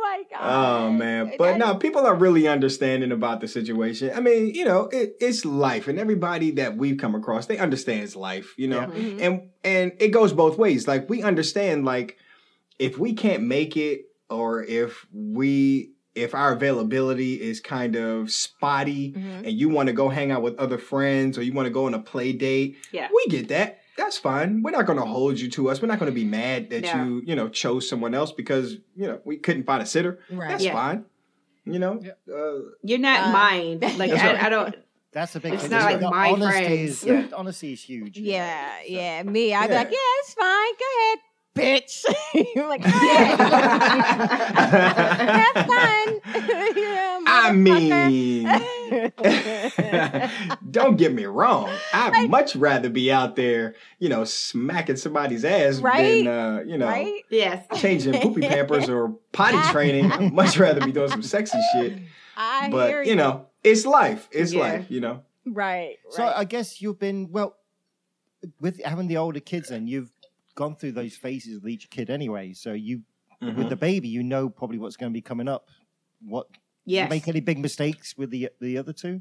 [SPEAKER 3] my god.
[SPEAKER 2] Oh man, but no, people are really understanding about the situation. I mean, you know, it, it's life, and everybody that we've come across, they understands life, you know,
[SPEAKER 1] Mhm.
[SPEAKER 2] and and it goes both ways. Like we understand, like if we can't make it, or if we if our availability is kind of spotty,
[SPEAKER 3] Mhm.
[SPEAKER 2] and you want to go hang out with other friends, or you want to go on a play date,
[SPEAKER 1] Yeah.
[SPEAKER 2] we get that. That's fine. We're not going to hold you to us. We're not going to be mad that
[SPEAKER 1] No.
[SPEAKER 2] you, you know, chose someone else because, you know, we couldn't find a sitter.
[SPEAKER 3] Right.
[SPEAKER 2] That's
[SPEAKER 1] Yeah.
[SPEAKER 2] fine. You know, uh,
[SPEAKER 1] You're not
[SPEAKER 3] Uh,
[SPEAKER 1] mine. Like,
[SPEAKER 2] That's
[SPEAKER 1] I,
[SPEAKER 2] right.
[SPEAKER 1] I don't.
[SPEAKER 4] That's a big
[SPEAKER 1] It's
[SPEAKER 4] thing.
[SPEAKER 1] not
[SPEAKER 4] isn't
[SPEAKER 1] like
[SPEAKER 4] it? The
[SPEAKER 1] my
[SPEAKER 4] honesty
[SPEAKER 1] friends.
[SPEAKER 4] Is, yeah, honesty is huge. you know,
[SPEAKER 3] Yeah,
[SPEAKER 4] so.
[SPEAKER 3] yeah. Me, I'd be like,
[SPEAKER 2] Yeah.
[SPEAKER 3] yeah, it's fine. Go ahead, bitch. You're like, go ahead. Have fun. yeah,
[SPEAKER 2] I mean,
[SPEAKER 3] motherfucker.
[SPEAKER 2] don't get me wrong. I'd much rather be out there, you know, smacking somebody's ass
[SPEAKER 3] Right?
[SPEAKER 2] than, uh, you know,
[SPEAKER 3] right?
[SPEAKER 1] Yes.
[SPEAKER 2] changing poopy pampers or potty training. I'd much rather be doing some sexy shit.
[SPEAKER 3] I
[SPEAKER 2] but
[SPEAKER 3] hear
[SPEAKER 2] you. know, it's life. It's
[SPEAKER 1] Yeah.
[SPEAKER 2] life. You know.
[SPEAKER 3] Right.
[SPEAKER 4] So
[SPEAKER 2] uh,
[SPEAKER 3] right.
[SPEAKER 4] I guess you've been well with having the older kids, and you've gone through those phases with each kid anyway. So you,
[SPEAKER 2] Mm-hmm.
[SPEAKER 4] with the baby, you know probably what's going to be coming up. What
[SPEAKER 1] Yes.
[SPEAKER 4] make any big mistakes with the the other two?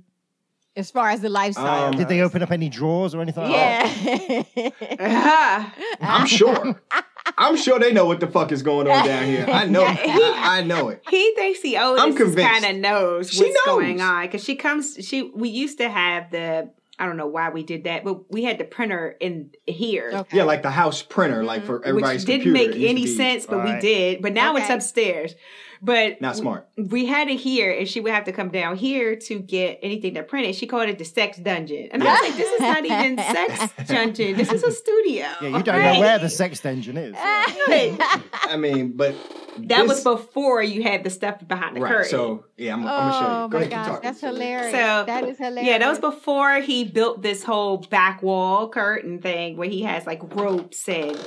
[SPEAKER 3] as far as the lifestyle.
[SPEAKER 2] Um,
[SPEAKER 4] Did they open up any drawers or anything? like that?
[SPEAKER 3] yeah.
[SPEAKER 1] Ah,
[SPEAKER 2] I'm sure. I'm sure they know what the fuck is going on down here. I know. I, I know it.
[SPEAKER 1] he thinks he Otis
[SPEAKER 2] convinced.
[SPEAKER 1] kind of knows what's
[SPEAKER 2] She
[SPEAKER 1] going
[SPEAKER 2] knows.
[SPEAKER 1] on because she comes. She we used to have the I don't know why we did that, but we had the printer in here,
[SPEAKER 3] Okay.
[SPEAKER 2] Yeah, like the house printer, like for everybody's
[SPEAKER 1] which didn't
[SPEAKER 2] computer. It
[SPEAKER 1] make
[SPEAKER 2] used to
[SPEAKER 1] any
[SPEAKER 2] be
[SPEAKER 1] sense, but we
[SPEAKER 4] Alright.
[SPEAKER 1] did. But now it's
[SPEAKER 3] Okay.
[SPEAKER 1] upstairs. But
[SPEAKER 2] Not smart.
[SPEAKER 1] we had it here, and she would have to come down here to get anything that printed. She called it the sex dungeon, and I was like, "This is not even sex dungeon. This is a studio."
[SPEAKER 4] Yeah, you don't
[SPEAKER 1] Right?
[SPEAKER 4] know where the sex engine is. Yeah.
[SPEAKER 1] Right.
[SPEAKER 2] I mean, but
[SPEAKER 1] That
[SPEAKER 2] this-
[SPEAKER 1] was before you had the stuff behind the
[SPEAKER 2] right.
[SPEAKER 1] curtain.
[SPEAKER 2] So yeah, I'm,
[SPEAKER 3] Oh
[SPEAKER 2] I'm gonna show you. Go
[SPEAKER 3] my
[SPEAKER 2] ahead, keep
[SPEAKER 3] gosh,
[SPEAKER 2] talking.
[SPEAKER 3] that's hilarious.
[SPEAKER 1] So-
[SPEAKER 3] that is hilarious.
[SPEAKER 1] yeah, that was before he built this whole back wall curtain thing where he has like ropes and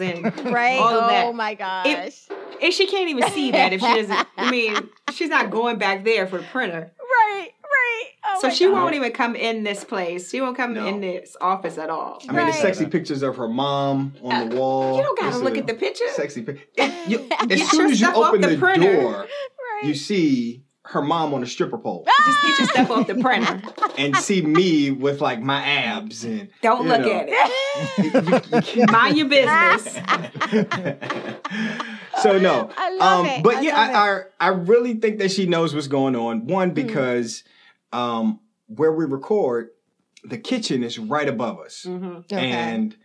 [SPEAKER 1] and
[SPEAKER 3] right.
[SPEAKER 1] all of
[SPEAKER 3] oh
[SPEAKER 1] that.
[SPEAKER 3] my gosh.
[SPEAKER 1] And she can't even see that if she doesn't. I mean, she's not going back there for the printer,
[SPEAKER 3] right, right. Oh
[SPEAKER 1] so
[SPEAKER 3] my
[SPEAKER 1] she
[SPEAKER 3] gosh.
[SPEAKER 1] won't even come in this place. She won't come
[SPEAKER 2] No.
[SPEAKER 1] in this office at all.
[SPEAKER 2] I mean, the
[SPEAKER 3] Right.
[SPEAKER 2] sexy pictures of her mom on the wall.
[SPEAKER 1] Uh, You don't gotta
[SPEAKER 2] It's
[SPEAKER 1] look
[SPEAKER 2] a
[SPEAKER 1] at the picture.
[SPEAKER 2] sexy picture. You,
[SPEAKER 1] your
[SPEAKER 2] as soon as you
[SPEAKER 1] stuff off
[SPEAKER 2] open
[SPEAKER 1] the
[SPEAKER 2] the,
[SPEAKER 1] printer.
[SPEAKER 2] door,
[SPEAKER 3] Right.
[SPEAKER 2] you see her mom on a stripper pole.
[SPEAKER 1] Just get your stuff off the printer.
[SPEAKER 2] and see me with like my abs and
[SPEAKER 1] Don't
[SPEAKER 2] you
[SPEAKER 1] look
[SPEAKER 2] know.
[SPEAKER 1] at it. Mind your business.
[SPEAKER 2] so no
[SPEAKER 3] I love
[SPEAKER 2] um
[SPEAKER 3] it. Hmm.
[SPEAKER 2] but
[SPEAKER 3] I
[SPEAKER 2] yeah
[SPEAKER 3] love
[SPEAKER 2] I, I i really think that she knows what's going on one because um where we record the kitchen is right above us
[SPEAKER 1] hmm
[SPEAKER 3] Mm, Okay.
[SPEAKER 2] and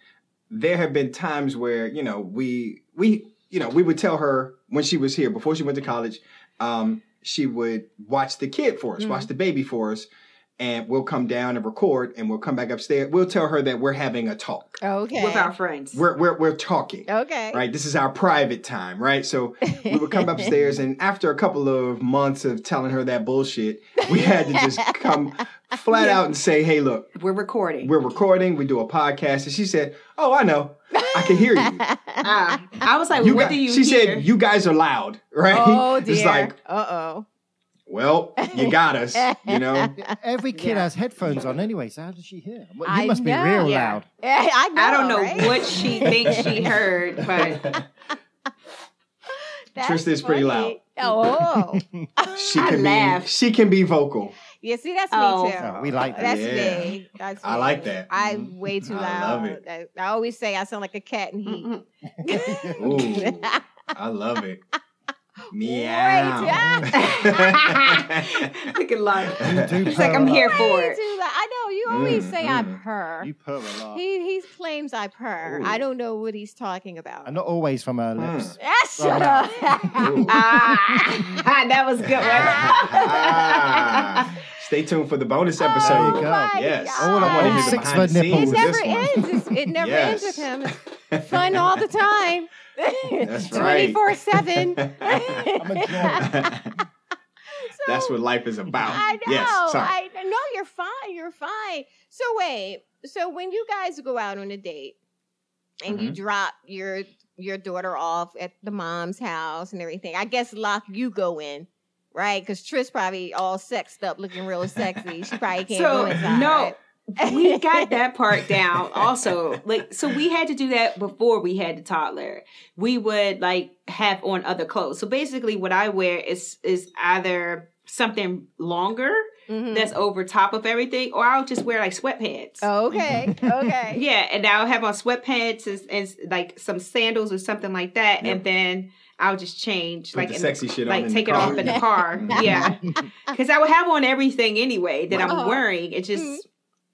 [SPEAKER 2] there have been times where you know we we you know we would tell her when she was here before she went to college um she would watch the kid for us, watch
[SPEAKER 3] Hmm.
[SPEAKER 2] the baby for us, and we'll come down and record, and we'll come back upstairs. We'll tell her that we're having a talk.
[SPEAKER 3] Okay.
[SPEAKER 1] with our friends.
[SPEAKER 2] We're we're we're talking.
[SPEAKER 3] okay.
[SPEAKER 2] Right. This is our private time, right? So we would come upstairs, and after a couple of months of telling her that bullshit, we had to just come flat out and say, "Hey, look,
[SPEAKER 1] We're recording.
[SPEAKER 2] we're recording. We do a podcast." And she said, "Oh, I know. I can hear you.
[SPEAKER 3] Oh,
[SPEAKER 1] Ah, I was like,
[SPEAKER 2] you
[SPEAKER 1] what
[SPEAKER 2] gu-
[SPEAKER 1] do you
[SPEAKER 2] she
[SPEAKER 1] hear?
[SPEAKER 2] said, "You guys are loud, right?"
[SPEAKER 3] Oh dear.
[SPEAKER 2] It's like,
[SPEAKER 3] uh
[SPEAKER 2] well, you got us, you know.
[SPEAKER 4] Every kid
[SPEAKER 1] Yeah.
[SPEAKER 4] has headphones on anyway, so how does she hear? Well,
[SPEAKER 3] I
[SPEAKER 4] You must be
[SPEAKER 3] know.
[SPEAKER 4] real
[SPEAKER 1] Yeah.
[SPEAKER 4] loud.
[SPEAKER 3] oh. I,
[SPEAKER 1] I don't know
[SPEAKER 3] right?
[SPEAKER 1] what she thinks she heard, but
[SPEAKER 3] That's
[SPEAKER 2] Trista's pretty
[SPEAKER 3] funny. Oh.
[SPEAKER 2] She
[SPEAKER 1] I
[SPEAKER 2] can
[SPEAKER 1] laugh.
[SPEAKER 2] be, she can be vocal.
[SPEAKER 3] yeah, see, that's
[SPEAKER 1] Oh.
[SPEAKER 3] me too.
[SPEAKER 4] Oh, we like that.
[SPEAKER 3] That's
[SPEAKER 2] Yeah.
[SPEAKER 3] me. That's
[SPEAKER 2] I
[SPEAKER 3] me.
[SPEAKER 2] like that. Mm-hmm.
[SPEAKER 3] I'm way too
[SPEAKER 2] I
[SPEAKER 3] loud.
[SPEAKER 2] love
[SPEAKER 3] I,
[SPEAKER 2] it.
[SPEAKER 3] I always say I sound like a cat in heat.
[SPEAKER 1] Mm-mm.
[SPEAKER 2] Ooh, I love it. Meow.
[SPEAKER 1] look at
[SPEAKER 4] You
[SPEAKER 1] love.
[SPEAKER 4] do
[SPEAKER 1] She's like,
[SPEAKER 4] purr a
[SPEAKER 1] I'm
[SPEAKER 4] lot.
[SPEAKER 1] here for
[SPEAKER 3] Way
[SPEAKER 1] it.
[SPEAKER 3] too loud. I know you always
[SPEAKER 2] Mm,
[SPEAKER 3] say I
[SPEAKER 2] mm.
[SPEAKER 3] purr.
[SPEAKER 4] You purr a lot.
[SPEAKER 3] He he claims I purr. I don't know what he's talking about.
[SPEAKER 4] And not always from her lips.
[SPEAKER 3] Ah, shut up.
[SPEAKER 2] Ooh.
[SPEAKER 1] Ah, that was good.
[SPEAKER 2] Ah. Stay tuned for the
[SPEAKER 1] Oh
[SPEAKER 2] bonus episode.
[SPEAKER 4] There you go.
[SPEAKER 3] Oh my
[SPEAKER 2] Yes.
[SPEAKER 3] God.
[SPEAKER 4] All I want to hear the
[SPEAKER 2] Six
[SPEAKER 4] behind the
[SPEAKER 2] foot
[SPEAKER 4] scenes
[SPEAKER 3] it
[SPEAKER 2] nipples.
[SPEAKER 4] of this
[SPEAKER 3] never
[SPEAKER 2] one.
[SPEAKER 3] ends. It's, it never ends with
[SPEAKER 2] Yes.
[SPEAKER 3] him. It's fun all the time.
[SPEAKER 2] That's right.
[SPEAKER 3] 24 7.
[SPEAKER 4] I'm a drunk.
[SPEAKER 2] That's what life is about.
[SPEAKER 3] I know.
[SPEAKER 2] Yes. Sorry.
[SPEAKER 3] I no, you're fine. You're fine. So wait. So when you guys go out on a date and you
[SPEAKER 1] Mm-hmm.
[SPEAKER 3] drop your your daughter off at the mom's house and everything, I guess Locke, you go in, right? Because Tris probably all sexed up, looking real sexy. She probably can't go
[SPEAKER 1] So
[SPEAKER 3] inside.
[SPEAKER 1] no,
[SPEAKER 3] right?
[SPEAKER 1] we got that part down. Also, like, so we had to do that before we had the toddler. We would like have on other clothes. So basically, what I wear is is either something longer
[SPEAKER 3] Mhm.
[SPEAKER 1] that's over top of everything, or I'll just wear like sweatpants.
[SPEAKER 3] Oh. okay. Okay.
[SPEAKER 1] Yeah, and I'll have on sweatpants and, and like some sandals or something like that, and then I'll just change
[SPEAKER 2] Put
[SPEAKER 1] like
[SPEAKER 2] the
[SPEAKER 1] in
[SPEAKER 2] sexy shit on
[SPEAKER 1] like
[SPEAKER 2] in the
[SPEAKER 1] take it
[SPEAKER 2] car.
[SPEAKER 1] off in the car.
[SPEAKER 2] Mhm.
[SPEAKER 1] yeah, because I would have on everything anyway that I'm
[SPEAKER 3] Right.
[SPEAKER 1] wearing. It just
[SPEAKER 3] Mhm.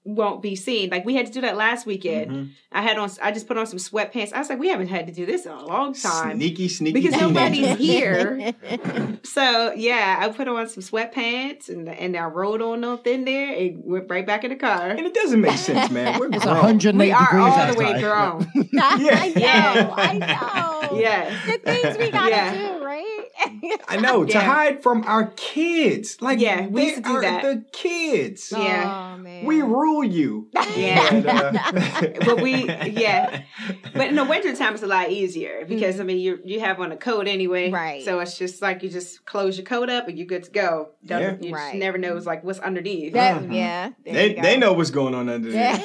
[SPEAKER 1] won't be seen. Like we had to do that last weekend.
[SPEAKER 2] Mhm.
[SPEAKER 1] I had on I just put on some sweatpants. I was like, we haven't had to do this in a long time.
[SPEAKER 2] Sneaky, sneaky.
[SPEAKER 1] Because nobody's
[SPEAKER 2] teenagers.
[SPEAKER 1] here, so yeah, I put on some sweatpants and and I rolled on up in there and went right back in the car.
[SPEAKER 2] And it doesn't make sense, man. We're
[SPEAKER 4] It's
[SPEAKER 2] grown.
[SPEAKER 4] 108
[SPEAKER 1] We are
[SPEAKER 4] degrees
[SPEAKER 1] all the
[SPEAKER 4] outside.
[SPEAKER 1] way grown.
[SPEAKER 3] I
[SPEAKER 1] Yeah.
[SPEAKER 3] know. I know.
[SPEAKER 1] Yes.
[SPEAKER 3] The things we gotta
[SPEAKER 1] Yeah.
[SPEAKER 3] do, right?
[SPEAKER 2] I know to
[SPEAKER 1] Yeah.
[SPEAKER 2] hide from our kids. Like
[SPEAKER 1] Yeah, we
[SPEAKER 2] they
[SPEAKER 1] used to do
[SPEAKER 2] are
[SPEAKER 1] that.
[SPEAKER 2] the kids.
[SPEAKER 1] Yeah.
[SPEAKER 3] Oh, man.
[SPEAKER 2] We rule you.
[SPEAKER 1] Yeah.
[SPEAKER 2] And, uh,
[SPEAKER 1] But we- yeah. But in the wintertime, it's a lot easier because I mean you you have on a coat anyway,
[SPEAKER 3] Mm-hmm. Right.
[SPEAKER 1] So it's just like you just close your coat up and you're good to go. Don't-
[SPEAKER 2] Yeah.
[SPEAKER 1] You
[SPEAKER 3] Right.
[SPEAKER 1] just never knows like what's underneath.
[SPEAKER 3] That-
[SPEAKER 2] Mhm.
[SPEAKER 4] Uh-huh.
[SPEAKER 3] Yeah. there
[SPEAKER 2] they
[SPEAKER 3] you go.
[SPEAKER 2] they know what's going on under there.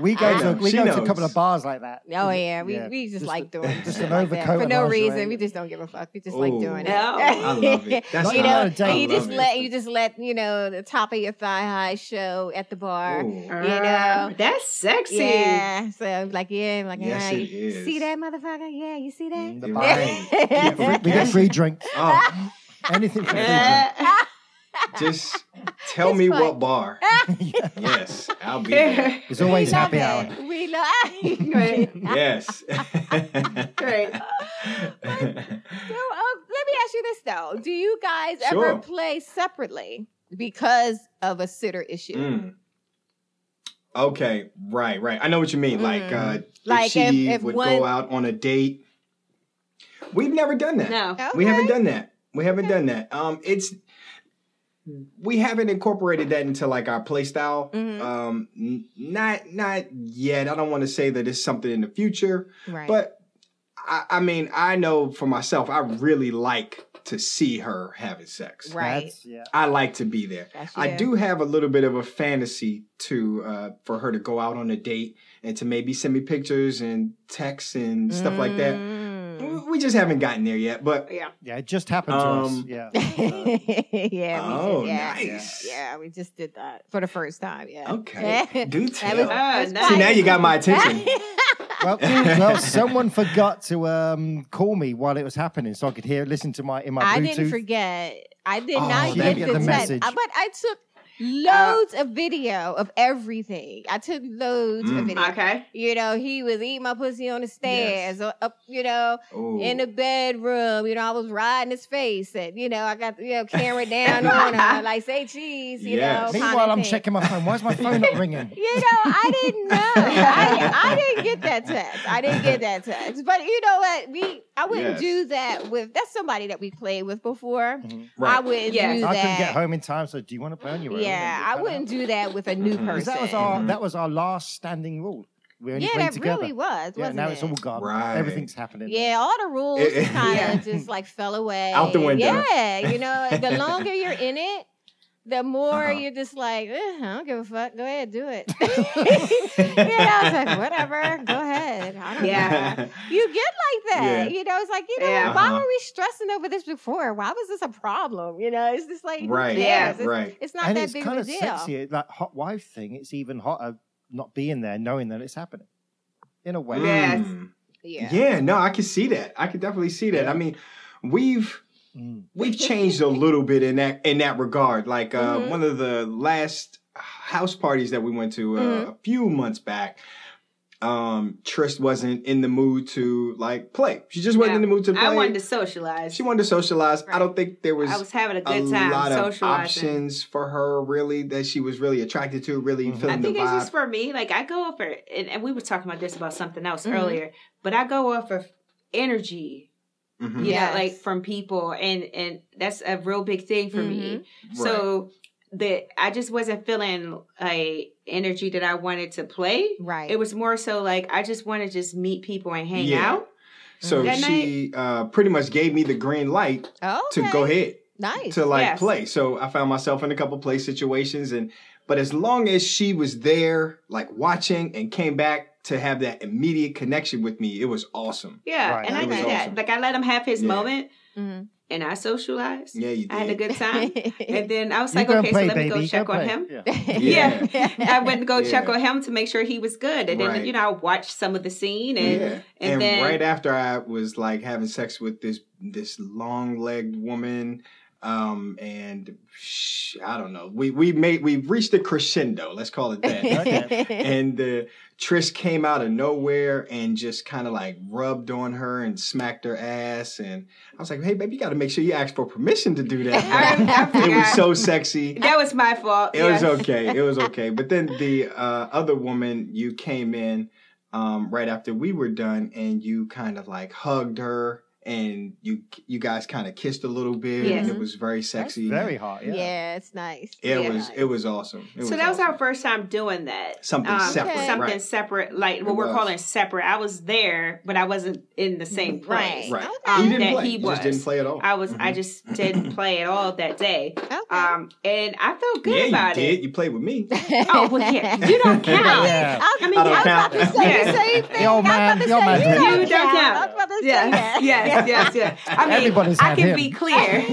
[SPEAKER 4] We go to
[SPEAKER 2] know.
[SPEAKER 4] we
[SPEAKER 2] She
[SPEAKER 4] go to a
[SPEAKER 2] knows.
[SPEAKER 4] couple of bars like that.
[SPEAKER 3] Uh, Oh yeah, we,
[SPEAKER 4] Yeah.
[SPEAKER 3] we just,
[SPEAKER 4] Just
[SPEAKER 3] like
[SPEAKER 4] the-
[SPEAKER 3] doing
[SPEAKER 4] just
[SPEAKER 3] shit
[SPEAKER 4] an
[SPEAKER 3] like that
[SPEAKER 4] overcoat
[SPEAKER 3] for
[SPEAKER 4] and
[SPEAKER 3] no
[SPEAKER 4] lingerie.
[SPEAKER 3] reason. We just don't give a fuck. We just like
[SPEAKER 2] Ooh.
[SPEAKER 3] doing it.
[SPEAKER 1] No. I
[SPEAKER 2] I love it. That's
[SPEAKER 4] You
[SPEAKER 3] you
[SPEAKER 2] how
[SPEAKER 3] know,
[SPEAKER 2] I-
[SPEAKER 4] know,
[SPEAKER 2] I
[SPEAKER 3] and you
[SPEAKER 2] love
[SPEAKER 3] just
[SPEAKER 2] it.
[SPEAKER 3] let you just let you know the top of your thigh high show at the bar.
[SPEAKER 2] Ooh.
[SPEAKER 1] Uh,
[SPEAKER 3] You know.
[SPEAKER 1] that's sexy.
[SPEAKER 3] Yeah, so I'm like yeah, I'm like
[SPEAKER 2] Yes,
[SPEAKER 3] ah,
[SPEAKER 2] it
[SPEAKER 3] you
[SPEAKER 2] is.
[SPEAKER 3] see that motherfucker? Yeah, you see that?
[SPEAKER 4] Mm, the
[SPEAKER 2] You're
[SPEAKER 4] bar.
[SPEAKER 2] right.
[SPEAKER 4] We- We get free drinks.
[SPEAKER 2] Oh,
[SPEAKER 4] Anything for free drink.
[SPEAKER 1] Uh,
[SPEAKER 2] just tell
[SPEAKER 3] It's
[SPEAKER 2] me
[SPEAKER 3] fun.
[SPEAKER 2] what bar. yes, I'll be there.
[SPEAKER 4] It's always
[SPEAKER 3] we love
[SPEAKER 4] happy
[SPEAKER 3] it.
[SPEAKER 4] hour.
[SPEAKER 3] We love.
[SPEAKER 1] Right.
[SPEAKER 2] Yes.
[SPEAKER 1] Great.
[SPEAKER 3] So, uh, let me ask you this though: Do you guys
[SPEAKER 2] Sure.
[SPEAKER 3] ever play separately because of a sitter issue?
[SPEAKER 2] Mm. Okay, right, right. I know what you mean. Like,
[SPEAKER 3] Mm.
[SPEAKER 2] uh,
[SPEAKER 3] Like,
[SPEAKER 2] if she
[SPEAKER 3] if- if
[SPEAKER 2] would
[SPEAKER 3] one-
[SPEAKER 2] go out on a date. We've never done that.
[SPEAKER 1] No.
[SPEAKER 3] Okay.
[SPEAKER 2] We haven't done that. We haven't done that. Um, it's we haven't incorporated that into like our play style.
[SPEAKER 3] Mhm.
[SPEAKER 2] Um, n- not not yet. I don't want to say that it's something in the future,
[SPEAKER 3] Right.
[SPEAKER 2] but I, I mean, I know for myself, I really like to see her having sex.
[SPEAKER 3] right.
[SPEAKER 4] That's- yeah.
[SPEAKER 2] I like to be there.
[SPEAKER 3] That's
[SPEAKER 2] I
[SPEAKER 3] you.
[SPEAKER 2] do have a little bit of a fantasy to uh, for her to go out on a date and to maybe send me pictures and texts and stuff like that.
[SPEAKER 3] Mm.
[SPEAKER 2] We we just haven't gotten there yet, but
[SPEAKER 1] Yeah.
[SPEAKER 4] Yeah, it just happened
[SPEAKER 2] Um,
[SPEAKER 4] to us. Yeah.
[SPEAKER 3] yeah.
[SPEAKER 2] oh,
[SPEAKER 3] we did, yeah.
[SPEAKER 2] nice.
[SPEAKER 3] Yeah, we just did that for the first time. Yeah.
[SPEAKER 2] Okay, do tell.
[SPEAKER 3] was-
[SPEAKER 1] Ah,
[SPEAKER 3] It's
[SPEAKER 1] nice.
[SPEAKER 2] See, now you got my attention.
[SPEAKER 4] Well, well, someone forgot to um, call me while it was happening, so I could hear, listen to my in my Bluetooth.
[SPEAKER 3] I didn't forget. I did
[SPEAKER 2] Oh,
[SPEAKER 3] not
[SPEAKER 2] she
[SPEAKER 3] get,
[SPEAKER 2] didn't
[SPEAKER 4] get
[SPEAKER 3] the,
[SPEAKER 4] the
[SPEAKER 3] text,
[SPEAKER 4] message.
[SPEAKER 3] uh, but I took. Loads of video of everything. I took loads of
[SPEAKER 2] Mm.
[SPEAKER 3] video.
[SPEAKER 1] Okay.
[SPEAKER 3] You know, he was eating my pussy on the stairs, or up, you know,
[SPEAKER 2] Oh.
[SPEAKER 3] in the bedroom. You know, I was riding his face, and you know, I got you know camera down on him, like say cheese. You
[SPEAKER 2] Yes.
[SPEAKER 3] know,
[SPEAKER 4] Meanwhile, I'm
[SPEAKER 3] checking.
[SPEAKER 4] checking my phone. Why's my phone not ringing?
[SPEAKER 3] You know, I didn't know. I, I didn't get that text. I didn't get that text. But you know what? We I wouldn't
[SPEAKER 2] Yes.
[SPEAKER 3] do that with that's somebody that we played with before.
[SPEAKER 4] Mhm.
[SPEAKER 3] I
[SPEAKER 2] right.
[SPEAKER 3] wouldn't
[SPEAKER 1] Yes.
[SPEAKER 3] do
[SPEAKER 4] I
[SPEAKER 3] that.
[SPEAKER 4] couldn't get home in time, so do you want to burn your room?
[SPEAKER 3] Yeah, I wouldn't do that with a new
[SPEAKER 2] Mhm.
[SPEAKER 3] person.
[SPEAKER 4] 'Cause that was our
[SPEAKER 2] Mhm.
[SPEAKER 4] that was our last standing rule. We only
[SPEAKER 3] yeah,
[SPEAKER 4] played
[SPEAKER 3] that
[SPEAKER 4] together.
[SPEAKER 3] really was,
[SPEAKER 4] yeah,
[SPEAKER 3] wasn't
[SPEAKER 4] now
[SPEAKER 3] it?
[SPEAKER 4] it's all gone.
[SPEAKER 2] Right.
[SPEAKER 4] Everything's happening.
[SPEAKER 3] yeah, all the rules
[SPEAKER 2] It- it-
[SPEAKER 3] kind
[SPEAKER 1] Yeah.
[SPEAKER 3] of just like fell away.
[SPEAKER 2] Out the window.
[SPEAKER 3] Yeah, you know, the longer you're in it, the more
[SPEAKER 2] Uh-huh.
[SPEAKER 3] you're just like, "Eh, I don't give a fuck. Go ahead, do it. you know, it's like whatever. Go ahead. I don't
[SPEAKER 1] Yeah.
[SPEAKER 3] care. You get like that.
[SPEAKER 2] Yeah.
[SPEAKER 3] You know, it's like, you know,
[SPEAKER 1] Yeah.
[SPEAKER 3] why
[SPEAKER 2] Uh-huh.
[SPEAKER 3] were we stressing over this before? Why was this a problem? You know, it's just like, who
[SPEAKER 2] Right.
[SPEAKER 1] Yeah.
[SPEAKER 3] cares? It's,
[SPEAKER 2] Right.
[SPEAKER 3] it's not
[SPEAKER 4] and
[SPEAKER 3] that
[SPEAKER 4] it's
[SPEAKER 3] big
[SPEAKER 4] kind
[SPEAKER 3] of a
[SPEAKER 4] of
[SPEAKER 3] deal.
[SPEAKER 4] sexy. it- That hot wife thing. It's even hotter not being there, knowing that it's happening. In a way.
[SPEAKER 1] Yes.
[SPEAKER 2] Mm.
[SPEAKER 3] Yeah.
[SPEAKER 2] Yeah. No, I can see that. I could definitely see that.
[SPEAKER 4] Yeah.
[SPEAKER 2] I mean, we've
[SPEAKER 4] Mm.
[SPEAKER 2] we've changed a little bit in that in that regard. Like uh,
[SPEAKER 1] Mm-hmm.
[SPEAKER 3] Mhm.
[SPEAKER 2] one of the last house parties that we went to uh,
[SPEAKER 1] Mm-hmm.
[SPEAKER 3] Mhm.
[SPEAKER 2] a few months back, um, Trist wasn't in the mood to like play. She just wasn't
[SPEAKER 1] No.
[SPEAKER 2] in the mood to play.
[SPEAKER 1] I wanted to socialize.
[SPEAKER 2] she wanted to socialize. I
[SPEAKER 1] Right.
[SPEAKER 2] don't think there
[SPEAKER 1] I was having a good
[SPEAKER 2] a
[SPEAKER 1] time
[SPEAKER 2] lot of
[SPEAKER 1] socializing.
[SPEAKER 2] options for her really that she was really attracted to really
[SPEAKER 4] Mhm.
[SPEAKER 1] Mm-hmm. I
[SPEAKER 2] feeling
[SPEAKER 1] think
[SPEAKER 2] the
[SPEAKER 1] it's
[SPEAKER 2] vibe
[SPEAKER 1] just for me. Like I go off for, and, and we were talking about this about something else
[SPEAKER 3] Mhm.
[SPEAKER 1] earlier, but I go off of energy,
[SPEAKER 2] Mhm.
[SPEAKER 1] you
[SPEAKER 3] Yes.
[SPEAKER 1] know, like from people, and and that's a real big thing for me.
[SPEAKER 4] Mm-hmm.
[SPEAKER 1] So that I just wasn't feeling like energy that I wanted to play.
[SPEAKER 3] Right.
[SPEAKER 1] It was more so like I just want to just meet people and hang
[SPEAKER 2] Yeah.
[SPEAKER 1] out.
[SPEAKER 2] so
[SPEAKER 1] That
[SPEAKER 2] she uh, pretty much gave me the green light
[SPEAKER 3] oh,
[SPEAKER 2] to go ahead
[SPEAKER 3] Nice.
[SPEAKER 2] to like
[SPEAKER 1] Yes.
[SPEAKER 2] play so i found myself in a couple play situations and but as long as she was there like watching and came back to have that immediate connection with me it was awesome
[SPEAKER 1] Yeah,
[SPEAKER 4] Right.
[SPEAKER 1] and I
[SPEAKER 3] It was
[SPEAKER 1] did that.
[SPEAKER 2] awesome.
[SPEAKER 1] Like I let him have his
[SPEAKER 2] Yeah.
[SPEAKER 1] moment,
[SPEAKER 3] Mhm.
[SPEAKER 1] and I socialized.
[SPEAKER 2] yeah you did
[SPEAKER 1] I had a good time, and then I was
[SPEAKER 4] You
[SPEAKER 1] like,
[SPEAKER 4] go and
[SPEAKER 1] okay,
[SPEAKER 4] play,
[SPEAKER 1] so let me
[SPEAKER 4] baby.
[SPEAKER 1] go check on
[SPEAKER 4] play.
[SPEAKER 1] him.
[SPEAKER 4] Yeah.
[SPEAKER 2] Yeah.
[SPEAKER 1] I went to go check
[SPEAKER 2] Yeah.
[SPEAKER 1] on him to make sure he was good, and then
[SPEAKER 2] Right.
[SPEAKER 1] you know I watched some of the scene, and
[SPEAKER 2] yeah.
[SPEAKER 1] and
[SPEAKER 2] And,
[SPEAKER 1] then-
[SPEAKER 2] right after I was like having sex with this this long legged woman, um, and sh- I don't know. We we made we reached a crescendo. Let's call it that. and uh, Trish came out of nowhere and just kind of like rubbed on her and smacked her ass. And I was like, "Hey, baby, you got to make sure you ask for permission to do
[SPEAKER 1] I,
[SPEAKER 2] that."
[SPEAKER 1] I
[SPEAKER 2] it was
[SPEAKER 1] forgot.
[SPEAKER 2] so sexy.
[SPEAKER 1] that was my fault.
[SPEAKER 2] It was okay. It was okay. But then the uh, other woman, you came in um, right after we were done, and you kind of like hugged her, and you you guys kind of kissed a little bit, and
[SPEAKER 3] Yes.
[SPEAKER 2] it was very
[SPEAKER 4] That's
[SPEAKER 2] sexy.
[SPEAKER 4] very hot. Yeah.
[SPEAKER 3] yeah, it's nice.
[SPEAKER 2] It
[SPEAKER 1] Yeah.
[SPEAKER 2] was it was awesome. It
[SPEAKER 1] so that was
[SPEAKER 2] awesome.
[SPEAKER 1] our first time doing that.
[SPEAKER 2] something
[SPEAKER 1] Um,
[SPEAKER 2] separate,
[SPEAKER 3] Okay.
[SPEAKER 1] Something
[SPEAKER 2] right?
[SPEAKER 1] separate, like what
[SPEAKER 2] It
[SPEAKER 1] we're
[SPEAKER 2] was.
[SPEAKER 1] calling separate. I was there, but I wasn't in the same place.
[SPEAKER 2] Right.
[SPEAKER 3] Okay.
[SPEAKER 1] Um,
[SPEAKER 2] you didn't
[SPEAKER 1] that
[SPEAKER 2] play.
[SPEAKER 1] he
[SPEAKER 2] you
[SPEAKER 1] was.
[SPEAKER 2] just didn't play at all.
[SPEAKER 1] I was. I
[SPEAKER 2] Mhm.
[SPEAKER 1] just didn't play at all that day,
[SPEAKER 3] Okay.
[SPEAKER 1] um, and I felt good
[SPEAKER 2] yeah,
[SPEAKER 1] about
[SPEAKER 2] you
[SPEAKER 1] it.
[SPEAKER 2] did. You played with me.
[SPEAKER 1] Oh well, yeah, you don't count.
[SPEAKER 4] Yeah.
[SPEAKER 3] I,
[SPEAKER 1] I mean,
[SPEAKER 2] I don't
[SPEAKER 1] yeah,
[SPEAKER 2] count.
[SPEAKER 3] was about to say
[SPEAKER 1] Yeah.
[SPEAKER 3] the same thing.
[SPEAKER 4] The old
[SPEAKER 3] I
[SPEAKER 4] man-
[SPEAKER 3] was
[SPEAKER 4] the old
[SPEAKER 3] about
[SPEAKER 4] man
[SPEAKER 3] to say,
[SPEAKER 4] did
[SPEAKER 3] you
[SPEAKER 1] it. You don't count.
[SPEAKER 3] I was about to say
[SPEAKER 1] yes,
[SPEAKER 3] that.
[SPEAKER 1] yes, yes, yes. I mean,
[SPEAKER 4] Everybody's
[SPEAKER 1] I
[SPEAKER 4] had
[SPEAKER 1] can
[SPEAKER 4] him.
[SPEAKER 1] be clear,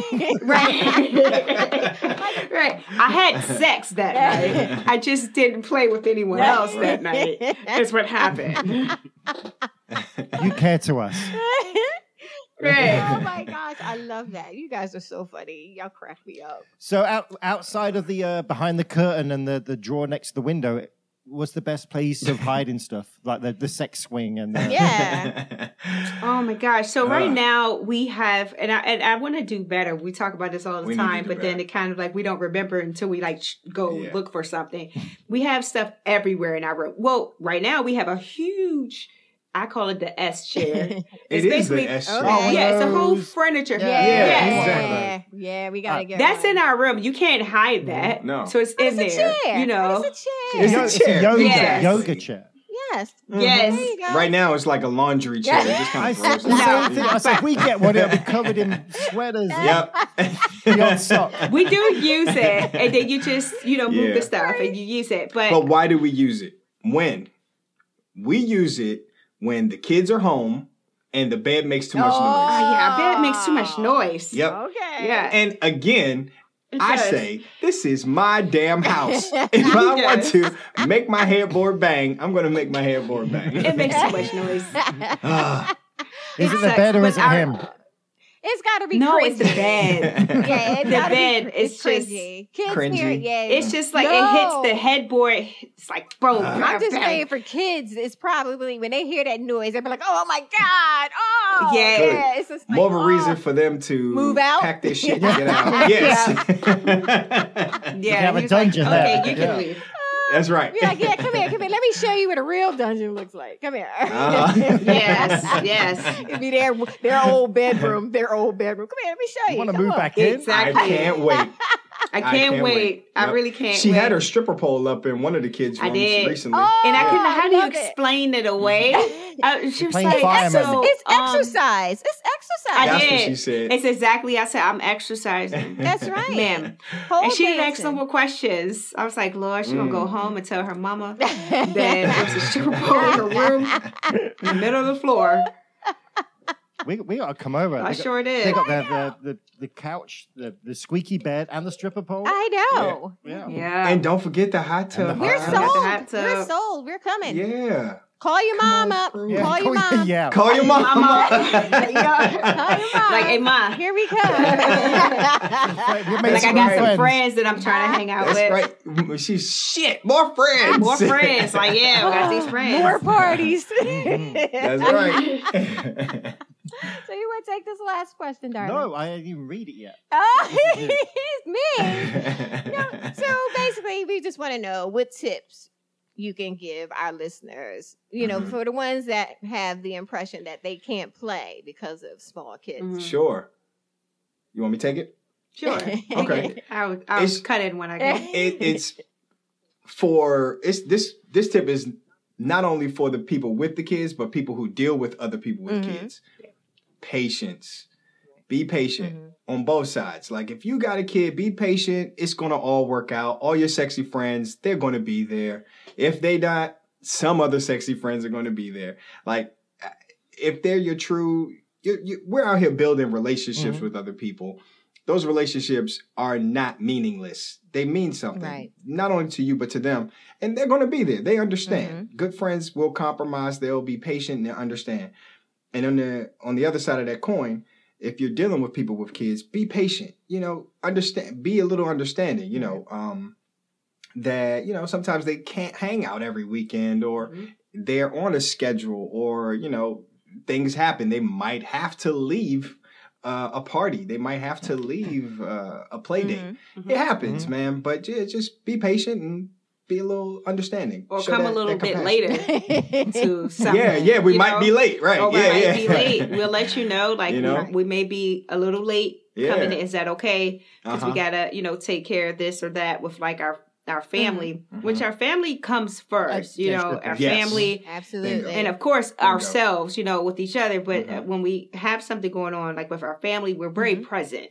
[SPEAKER 1] right? right. I had sex that night. I just didn't play with anyone else that night. Is what happened.
[SPEAKER 4] You care to us.
[SPEAKER 1] Right.
[SPEAKER 3] oh my gosh, I love that. You guys are so funny. Y'all crack me up.
[SPEAKER 4] So out, outside of the uh, behind the curtain and the, the drawer next to the window, it was the best place of hiding stuff, like the, the sex swing and the,
[SPEAKER 3] Yeah.
[SPEAKER 1] Oh
[SPEAKER 4] Um,
[SPEAKER 1] my gosh. So right
[SPEAKER 2] Huh.
[SPEAKER 1] now we have and I and I want to do better. We talk about this all the
[SPEAKER 2] We need to
[SPEAKER 1] time,
[SPEAKER 2] do
[SPEAKER 1] but then
[SPEAKER 2] better.
[SPEAKER 1] it kind of like we don't remember until we like sh- go
[SPEAKER 2] Yeah.
[SPEAKER 1] look for something. we have stuff everywhere in our room. Well, right now we have a huge I call it the S chair.
[SPEAKER 2] it is the S
[SPEAKER 3] okay.
[SPEAKER 2] shape.
[SPEAKER 4] Oh,
[SPEAKER 1] yeah, it's a whole
[SPEAKER 4] those-
[SPEAKER 1] furniture.
[SPEAKER 4] Yeah.
[SPEAKER 2] Yeah,
[SPEAKER 1] Yes.
[SPEAKER 3] yeah,
[SPEAKER 2] exactly.
[SPEAKER 3] yeah, we gotta
[SPEAKER 4] Uh,
[SPEAKER 3] get
[SPEAKER 1] That's
[SPEAKER 3] one.
[SPEAKER 1] in our room. You can't hide that.
[SPEAKER 2] Mm-hmm. No.
[SPEAKER 1] So it's in
[SPEAKER 3] It's a
[SPEAKER 1] there.
[SPEAKER 3] chair.
[SPEAKER 1] You know.
[SPEAKER 3] it's a chair.
[SPEAKER 2] It's
[SPEAKER 4] Yo-
[SPEAKER 2] a chair.
[SPEAKER 4] yoga,
[SPEAKER 1] Yes.
[SPEAKER 4] yoga chair.
[SPEAKER 3] yes,
[SPEAKER 1] Yes.
[SPEAKER 3] there you go.
[SPEAKER 2] Right now, it's like a laundry chair. It just
[SPEAKER 4] I
[SPEAKER 2] kind
[SPEAKER 4] said
[SPEAKER 2] of
[SPEAKER 4] the
[SPEAKER 2] throws
[SPEAKER 1] No.
[SPEAKER 4] same thing. I said, we get one, it'll be covered in sweaters and
[SPEAKER 2] Yep.
[SPEAKER 4] the odd sock.
[SPEAKER 1] We do use it and then you just, you know, move
[SPEAKER 2] Yeah.
[SPEAKER 1] the stuff and you use it. But,
[SPEAKER 2] But why do we use it? When? We use it when the kids are home and the bed makes too much
[SPEAKER 1] oh
[SPEAKER 3] Oh.
[SPEAKER 2] noise.
[SPEAKER 1] yeah, bed makes too much noise.
[SPEAKER 2] Yep.
[SPEAKER 3] Okay.
[SPEAKER 1] Yeah.
[SPEAKER 2] And again,
[SPEAKER 1] It
[SPEAKER 2] I
[SPEAKER 1] does.
[SPEAKER 2] say, this is my damn house. If I want
[SPEAKER 1] Yes.
[SPEAKER 2] to make my headboard bang, I'm going to make my headboard bang.
[SPEAKER 1] It makes too much noise.
[SPEAKER 2] Ah,
[SPEAKER 4] Is it the
[SPEAKER 1] sucks,
[SPEAKER 4] bed or
[SPEAKER 1] but
[SPEAKER 4] is it
[SPEAKER 1] our-
[SPEAKER 4] him?
[SPEAKER 3] It's got to be
[SPEAKER 1] No,
[SPEAKER 3] cringy.
[SPEAKER 1] it's the bed.
[SPEAKER 3] Yeah, it's
[SPEAKER 1] The
[SPEAKER 3] gotta be
[SPEAKER 1] bed
[SPEAKER 3] cr-
[SPEAKER 1] is
[SPEAKER 3] it's
[SPEAKER 1] just-
[SPEAKER 3] cringy. Kids
[SPEAKER 2] Cringy.
[SPEAKER 3] hear it, yeah.
[SPEAKER 1] It's just like it hits the
[SPEAKER 3] No.
[SPEAKER 1] headboard. It's like, bro,
[SPEAKER 2] Uh,
[SPEAKER 3] I'm just
[SPEAKER 1] bang.
[SPEAKER 3] saying for kids, it's probably when they hear that noise, they're like, "Oh my god! Oh
[SPEAKER 1] Yeah.
[SPEAKER 3] It's just like,
[SPEAKER 2] More of a reason
[SPEAKER 3] oh.
[SPEAKER 2] for them to
[SPEAKER 3] Move out?
[SPEAKER 2] pack their shit, and get out. Yes,
[SPEAKER 1] Yeah,
[SPEAKER 4] have a
[SPEAKER 1] he was like,
[SPEAKER 4] dungeon there.
[SPEAKER 1] okay, you
[SPEAKER 4] Yeah.
[SPEAKER 1] can leave.
[SPEAKER 2] that's right.
[SPEAKER 3] "Oh." Be like, yeah, come here, come here. Let me show you what a real dungeon looks like. Come here.
[SPEAKER 2] Uh-huh.
[SPEAKER 1] Yes, yes.
[SPEAKER 3] It'd be their their old bedroom, their old bedroom. Come here, let me show you.
[SPEAKER 4] want to
[SPEAKER 3] Come
[SPEAKER 4] move
[SPEAKER 3] on.
[SPEAKER 4] back in?
[SPEAKER 1] Exactly.
[SPEAKER 2] I can't wait.
[SPEAKER 1] I can't, wait. I
[SPEAKER 2] Yep.
[SPEAKER 1] really can't.
[SPEAKER 2] She
[SPEAKER 1] wait.
[SPEAKER 2] had her stripper pole up in one of the kids'
[SPEAKER 1] I
[SPEAKER 2] rooms
[SPEAKER 1] did.
[SPEAKER 2] recently.
[SPEAKER 3] Oh,
[SPEAKER 1] and I couldn't.
[SPEAKER 3] Yeah.
[SPEAKER 1] How do you
[SPEAKER 3] Love it.
[SPEAKER 1] explain it away? Uh, she was
[SPEAKER 4] playing
[SPEAKER 1] like,
[SPEAKER 4] fireman.
[SPEAKER 1] so,
[SPEAKER 3] It's
[SPEAKER 1] um,
[SPEAKER 3] exercise. It's exercise.
[SPEAKER 1] I
[SPEAKER 2] That's
[SPEAKER 1] did.
[SPEAKER 2] what she said.
[SPEAKER 1] It's exactly. I said I'm exercising,
[SPEAKER 3] That's right,
[SPEAKER 1] ma'am.
[SPEAKER 3] Pole
[SPEAKER 1] and she didn't ask no
[SPEAKER 3] dancing.
[SPEAKER 1] more questions. I was like, Lord, she gonna go
[SPEAKER 2] Mm.
[SPEAKER 1] home and tell her mama that there's a stripper pole in her room in the middle of the floor.
[SPEAKER 4] We, we got to come over.
[SPEAKER 1] I
[SPEAKER 4] They got-
[SPEAKER 1] sure did.
[SPEAKER 4] They got the, the, the, the couch, the, the squeaky bed, and the stripper pole.
[SPEAKER 3] I know.
[SPEAKER 4] yeah.
[SPEAKER 1] yeah.
[SPEAKER 2] and don't forget the hot
[SPEAKER 4] And the
[SPEAKER 2] tub.
[SPEAKER 4] hot
[SPEAKER 3] We're
[SPEAKER 4] Uh,
[SPEAKER 1] got the
[SPEAKER 3] sold.
[SPEAKER 1] hot
[SPEAKER 3] We're
[SPEAKER 1] tub.
[SPEAKER 3] sold. We're coming.
[SPEAKER 2] Yeah.
[SPEAKER 3] Call your mom up.
[SPEAKER 2] through.
[SPEAKER 3] Call your mom.
[SPEAKER 4] yeah.
[SPEAKER 2] Call your mom.
[SPEAKER 3] Call your mom.
[SPEAKER 1] like, hey, ma.
[SPEAKER 3] Here we come.
[SPEAKER 4] Right, we made
[SPEAKER 1] Like,
[SPEAKER 4] some
[SPEAKER 1] I got
[SPEAKER 4] friends.
[SPEAKER 1] some friends that I'm trying to hang out
[SPEAKER 2] That's
[SPEAKER 1] with.
[SPEAKER 2] right. She's shit. More friends.
[SPEAKER 1] More friends. Like, yeah, we got these friends. Mm-hmm.
[SPEAKER 3] More parties. so
[SPEAKER 2] That's
[SPEAKER 3] you
[SPEAKER 2] right.
[SPEAKER 3] would take this last question, darling.
[SPEAKER 4] No, I didn't even read it yet.
[SPEAKER 3] Oh, it's me. So basically, we just want to know what tips you can give our listeners, you know,
[SPEAKER 2] Mhm.
[SPEAKER 3] for the ones that have the impression that they can't play because of small kids.
[SPEAKER 1] Mhm.
[SPEAKER 2] sure. You want me to take it?
[SPEAKER 1] Sure.
[SPEAKER 2] Okay.
[SPEAKER 1] I'll, I'll
[SPEAKER 2] It's-
[SPEAKER 1] cut in when I get.
[SPEAKER 2] it, it's for it's this this tip is not only for the people with the kids but people who deal with other people
[SPEAKER 1] Mm-hmm.
[SPEAKER 2] with
[SPEAKER 3] Mhm.
[SPEAKER 2] kids patience be patient
[SPEAKER 3] Mm-hmm.
[SPEAKER 2] on both sides like if you got a kid be patient it's gonna all work out all your sexy friends they're gonna be there if they not some other sexy friends are gonna be there like uh, if they're your true you, you, we're out here building relationships
[SPEAKER 4] Mhm.
[SPEAKER 2] with other people those relationships are not meaningless. They mean something,
[SPEAKER 3] Right.
[SPEAKER 2] not only to you but to them, and they're going to be there. They understand. Good friends will compromise. They'll be patient and they understand. And on the on the other side of that coin, if you're dealing with people with kids, be patient. You know, understand. Be a little understanding. You know, um, that you know sometimes they can't hang out every weekend or
[SPEAKER 1] Mhm.
[SPEAKER 2] they're on a schedule or you know things happen they might have to leave uh, a party they might have to leave uh, a play date
[SPEAKER 3] Mhm.
[SPEAKER 1] Mm-hmm.
[SPEAKER 2] it happens
[SPEAKER 4] Mhm.
[SPEAKER 2] man but yeah, just be patient and be a little understanding
[SPEAKER 1] Or
[SPEAKER 2] Show
[SPEAKER 1] come a
[SPEAKER 2] that-
[SPEAKER 1] little
[SPEAKER 2] that
[SPEAKER 1] bit
[SPEAKER 2] compassion.
[SPEAKER 1] later
[SPEAKER 3] Mm-hmm.
[SPEAKER 1] to something.
[SPEAKER 2] yeah yeah we
[SPEAKER 1] you
[SPEAKER 2] might
[SPEAKER 1] know?
[SPEAKER 2] be late right
[SPEAKER 1] Or we
[SPEAKER 2] yeah
[SPEAKER 1] might
[SPEAKER 2] yeah
[SPEAKER 1] be late. We'll let you know. Like
[SPEAKER 2] You know?
[SPEAKER 1] we may be a little late
[SPEAKER 2] Yeah.
[SPEAKER 1] coming. in. Is that okay? Because
[SPEAKER 2] Uh-huh.
[SPEAKER 1] we gotta, you know, take care of this or that with like our our family,
[SPEAKER 2] Mhm.
[SPEAKER 1] which our family comes first. You
[SPEAKER 4] Yes,
[SPEAKER 1] know,
[SPEAKER 4] definitely.
[SPEAKER 1] our
[SPEAKER 2] Yes.
[SPEAKER 1] family.
[SPEAKER 3] Absolutely.
[SPEAKER 1] And of course,
[SPEAKER 2] Bingo.
[SPEAKER 1] ourselves, you know, with each other. But uh
[SPEAKER 2] Mhm.
[SPEAKER 1] when we have something going on, like with our family, we're very
[SPEAKER 2] Mm-hmm.
[SPEAKER 3] Mhm.
[SPEAKER 1] present